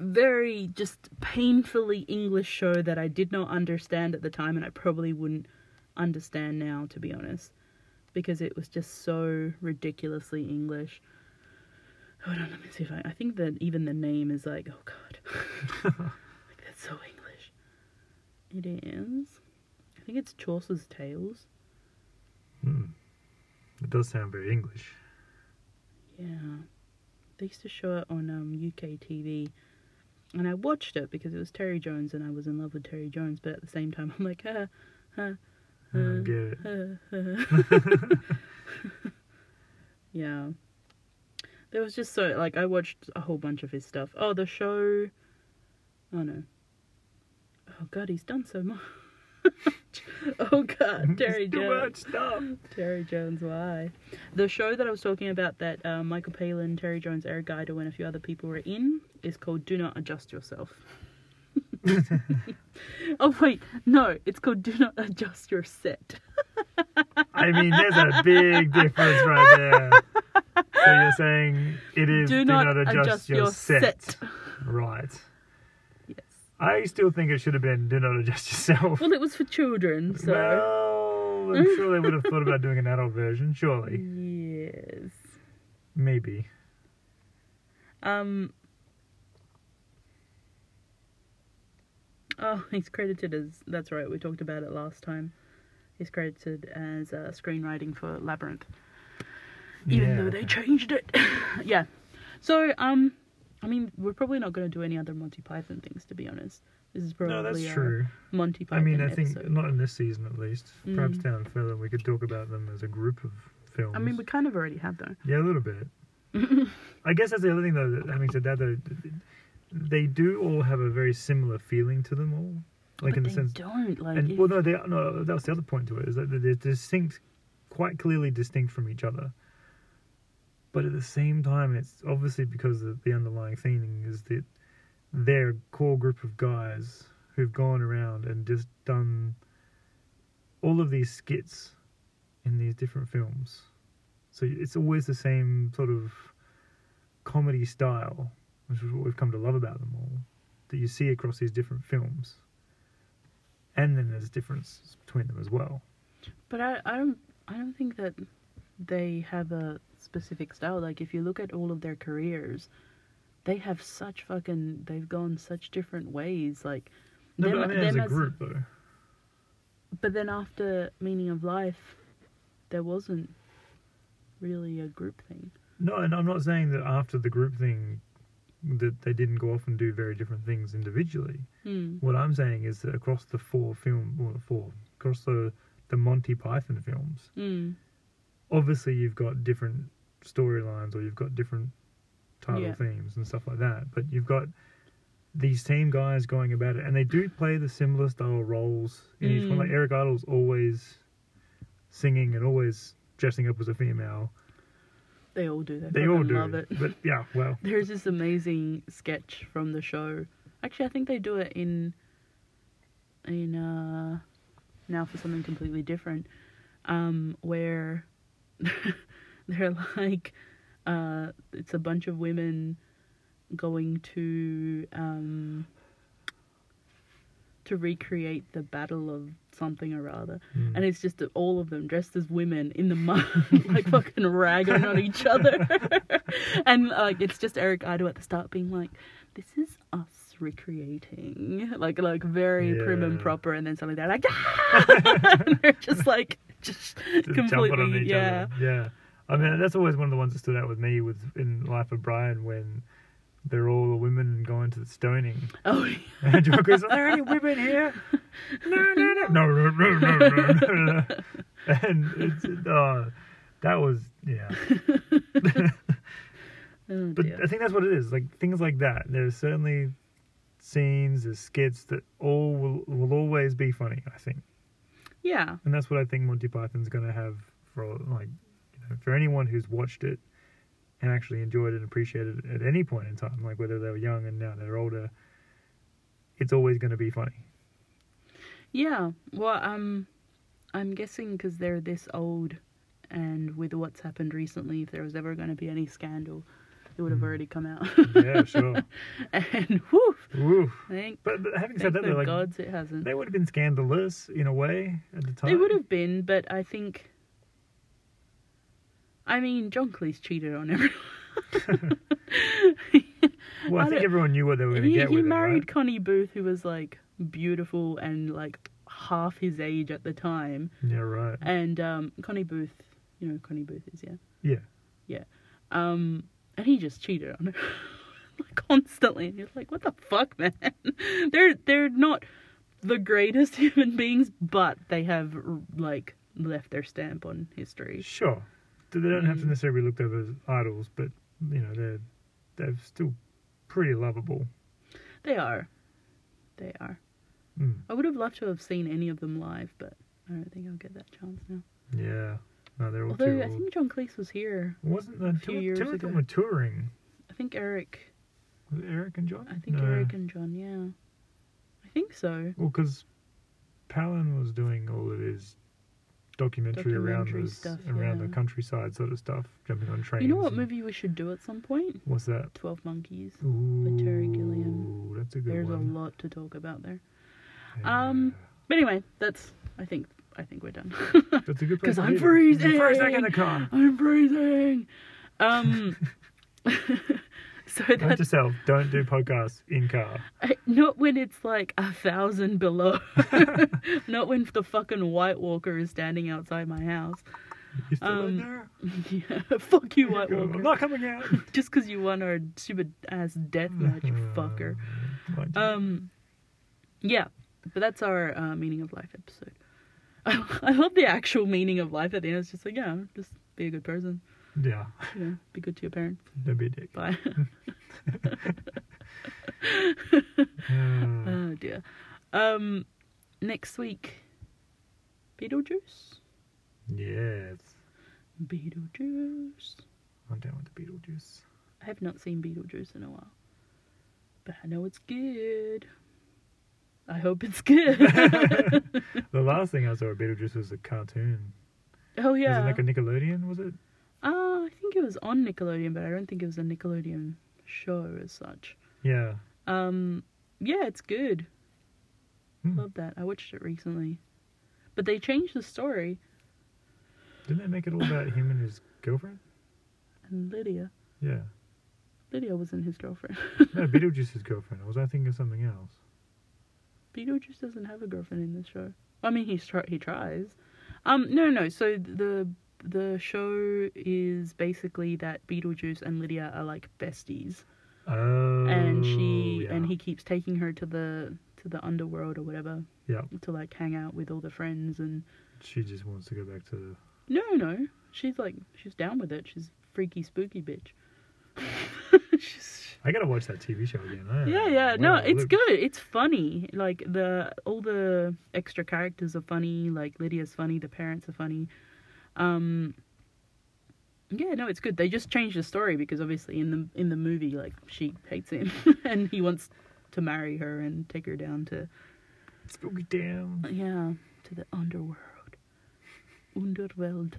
very just painfully English show that I did not understand at the time and I probably wouldn't understand now to be honest because it was just so ridiculously English. Hold on, let me see if I I think that even the name is like oh god. like that's so English. It is. I think it's Chaucer's Tales. Hmm. It does sound very English. Yeah. They used to show it on um, UK TV. And I watched it because it was Terry Jones and I was in love with Terry Jones. But at the same time, I'm like, huh, huh, I Uh, don't get it. huh, huh. yeah. There was just so, like, I watched a whole bunch of his stuff. Oh, the show. Oh, no. Oh, God, he's done so much. oh, God, Terry It's too Jones. much stuff. Terry Jones, why? The show that I was talking about that uh, Michael Palin, Terry Jones, Eric Idle, and a few other people were in is called Do Not Adjust Yourself. oh, wait, no, it's called Do Not Adjust Your Set. I mean, there's a big difference right there. So you're saying it is do, not, adjust, your, set. Right. Yes. I still think it should have been do not adjust yourself. Well, it was for children, so. Well, I'm sure they would have thought about doing an adult version, surely. Yes. Maybe. Um. Oh, he's credited as. That's right, we talked about it last time. He's credited as uh, screenwriting for Labyrinth, even yeah. though they changed it. yeah. So, um, I mean, we're probably not going to do any other Monty Python things, to be honest. This is probably No, that's a true. Monty I Python. mean, I think episode. not in this season at least. Perhaps Mm. down further, we could talk about them as a group of films. I mean, we kind of already have though. Yeah, a little bit. I guess that's the other thing, though. That, having said that, though, they do all have a very similar feeling to them all, like but in the they sense. don't like. And if- well, no, they no. That was the other point to it is that they're distinct, quite clearly distinct from each other. But at the same time, it's obviously because the, the underlying thing is that they're a core group of guys who've gone around and just done all of these skits in these different films. So it's always the same sort of comedy style, which is what we've come to love about them all, that you see across these different films. And then there's difference between them as well. But I, I don't I don't think that they have a specific style. Like if you look at all of their careers, they have such fucking they've gone such different ways. Like No, but I them- mean as them a as- group though. but then after Meaning of Life there wasn't really a group thing. No, and I'm not saying that after the group thing that they didn't go off and do very different things individually. Hmm. What I'm saying is that across the four film, well, the four across the the Monty Python films, Mm. obviously you've got different storylines or you've got different title Yeah. themes and stuff like that. But you've got these same guys going about it, and they do play the similar style roles in each one. Mm. Like Eric Idle's always singing and always dressing up as a female. They all do that. They all do, love it. but yeah, well, There's this amazing sketch from the show. Actually, I think they do it in in uh now for something completely different. Um where they're like uh it's a bunch of women going to um to recreate the battle of something or other Mm. and it's just all of them dressed as women in the mud, like fucking ragging on each other. and like it's just Eric Idle at the start being like, "This is us recreating," like like very prim and Yeah. proper, and then suddenly they're like, "Ah!" and they're just like just, Just completely jumping on each yeah. other. Yeah. I mean, that's always one of the ones that stood out with me with in Life of Brian when they're all the women going to the stoning. Oh, And Jocko's, are there any women here? no, no, no, no, no, no, no, no, no. And it's, uh, that was, yeah. Oh, But dear. I think that's what it is. Like things like that. There's certainly scenes, there's skits that all will, will always be funny. I think, yeah, and that's what I think Monty Python's going to have for like, you know, for anyone who's watched it and actually enjoyed and appreciated it at any point in time, like whether they were young and now they're older, it's always going to be funny. yeah. Well, um, I'm guessing because they're this old, and with what's happened recently, if there was ever going to be any scandal, it would have Mm. already come out. Yeah, sure. and woof, Oof. thank, But, but having said thank that, the though, like gods it hasn't. they would have been scandalous in a way at the time. They would have been, but I think. I mean, John Cleese cheated on everyone. Well, I, I think don't- everyone knew what they were going to he get he with married it, right? Connie Booth, who was like beautiful and like half his age at the time. Yeah, right. And um, Connie Booth, you know, who Connie Booth is yeah, Yeah. yeah. Um, and he just cheated on her like, constantly. And you're like, what the fuck, man? they're they're not the greatest human beings, but they have like left their stamp on history. Sure. They don't have to Mm. necessarily be looked over as idols, but you know they're they're still pretty lovable. They are, they are. Mm. I would have loved to have seen any of them live, but I don't think I'll get that chance now. Yeah. No, they're all Although too I old. think John Cleese was here. Wasn't the a few two, years two of them ago. were touring? I think Eric. Was it Eric and John? I think no. Eric and John. Yeah, I think so. Well, because Palin was doing all of his documentary, around Documentary the stuff, around the yeah. countryside sort of stuff, jumping on trains. You know what and- movie we should do at some point? What's that? Twelve Monkeys. Ooh, Terry Gilliam. That's a good There's one. a lot to talk about there. Yeah. um, But anyway, that's. I think. I think we're done. that's a good place 'Cause to I'm leave it. freezing. You're freezing in the car. I'm freezing. Um. so Note that's yourself, don't do podcasts in car. not when it's like a thousand below. not when the fucking White Walker is standing outside my house. You still in Um, there? yeah. Fuck you, White Go, Walker. I'm not coming out. Just because you won our stupid ass death match, you fucker. Mind you. Um, yeah, but that's our uh, meaning of life episode. I love the actual meaning of life at the end. It's just like, yeah, just be a good person. yeah, You know, be good to your parents. don't be a dick. Bye. Uh, oh dear. Um, next week, Beetlejuice. yes, Beetlejuice. I'm down with the Beetlejuice. I have not seen Beetlejuice in a while, but I know it's good. I hope it's good. The last thing I saw of Beetlejuice was a cartoon. oh yeah. Was it like a Nickelodeon? Was it? Uh, I think it was on Nickelodeon, but I don't think it was a Nickelodeon show as such. Yeah. Um, yeah, it's good. Hmm. Love that. I watched it recently. But they changed the story Didn't they make it all about him and his girlfriend? and Lydia. Yeah. Lydia wasn't his girlfriend. No, Beetlejuice's girlfriend. Or was I thinking of something else? Beetlejuice doesn't have a girlfriend in this show. I mean, he's try- he tries. Um, no, no. So the the show is basically that Beetlejuice and Lydia are like besties. Oh. and she yeah. and he keeps taking her to the to the underworld or whatever. Yeah. To like hang out with all the friends and She just wants to go back to the no no she's like she's down with it. She's freaky spooky bitch. she's, I gotta watch that TV show again. I- yeah yeah no wow, it's look- good it's funny like the all the extra characters are funny like Lydia's funny the parents are funny. Um. Yeah, no, it's good. They just changed the story because obviously in the in the movie, like she hates him and he wants to marry her and take her down to Spooky down. Yeah, to the underworld. Underworld.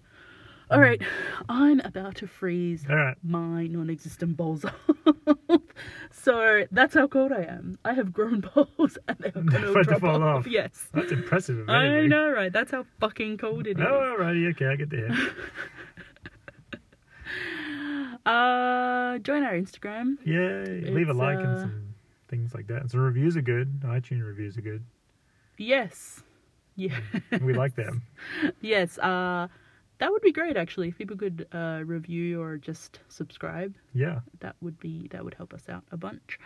All right, I'm about to freeze All right. my non-existent balls off. so that's how cold I am. I have grown balls and they're gonna About to drop fall off. off. Yes. That's impressive. if I anything. know, right? That's how fucking cold it is. Oh, alrighty, okay, I get the hint. Uh, join our Instagram. Yay! Leave a It's, like and uh, some things like that. And some reviews are good. iTunes reviews are good. Yes. Yeah. We like them. yes. Uh, that would be great actually. If people could uh, review or just subscribe. Yeah. that would be that would help us out E a bunch.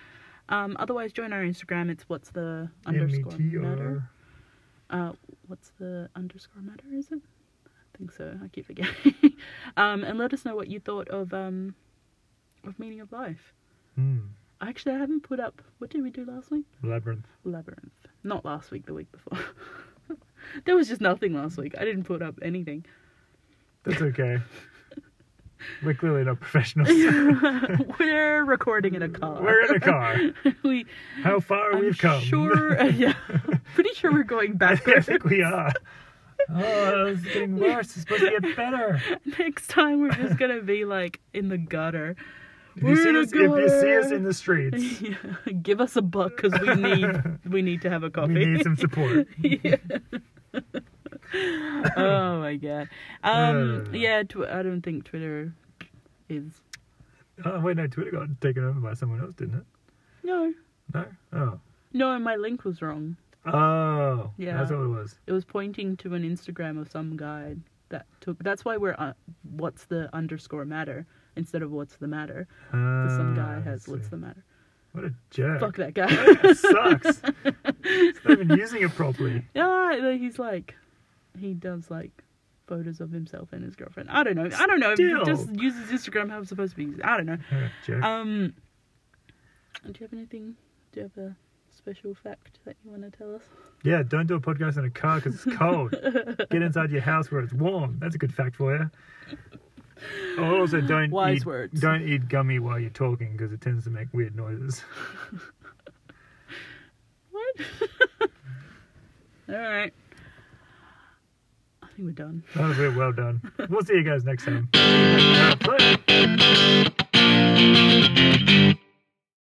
Um, otherwise, join our Instagram. It's what's the underscore M-E-T-R. matter. Uh, what's the underscore matter? Is it? I think so. I keep forgetting. um, and let us know what you thought of um, of meaning of life. Hmm. Actually, I haven't put up. What did we do last week? Labyrinth. Labyrinth. Not last week. The week before. there was just nothing last week. I didn't put up anything. That's okay. We're clearly not professionals. We're recording in a car. We're in a car. we, How far I'm we've come. sure. uh, yeah. Pretty sure we're going I back. think I think we are. Oh, it's getting worse. It's supposed to get better. Next time we're just gonna be like in the gutter. If you, see We're us, if you see us gutter. in the streets, Yeah, Give us a buck because we need we need to have a coffee. we need some support. Yeah. oh my god. Um. Uh. Yeah. Tw- I don't think Twitter is. Oh, wait, no, Twitter got taken over by someone else, didn't it? No. No? Oh. No. My link was wrong. Oh. Yeah. That's what it was. It was pointing to an Instagram of some guy that took. That's why we're. Uh, what's the underscore matter instead of what's the matter? 'Cause some guy Ah, has I what's see. the matter. What a jerk. Fuck that guy. That sucks. He's not even using it properly. Yeah, like, he's like, he does like photos of himself and his girlfriend. I don't know. I don't know. Still. He just uses Instagram how it's supposed to be. used. I don't know. What a jerk. Um, do you have anything? Do you have a special fact that you want to tell us? yeah, don't do a podcast in a car because it's cold. Get inside your house where it's warm. That's a good fact for you. Oh, Also, don't Wise eat, words. don't eat gummy while you're talking because it tends to make weird noises. What? All right. I think we're done. That was really well done. We'll see you guys next time. Bye.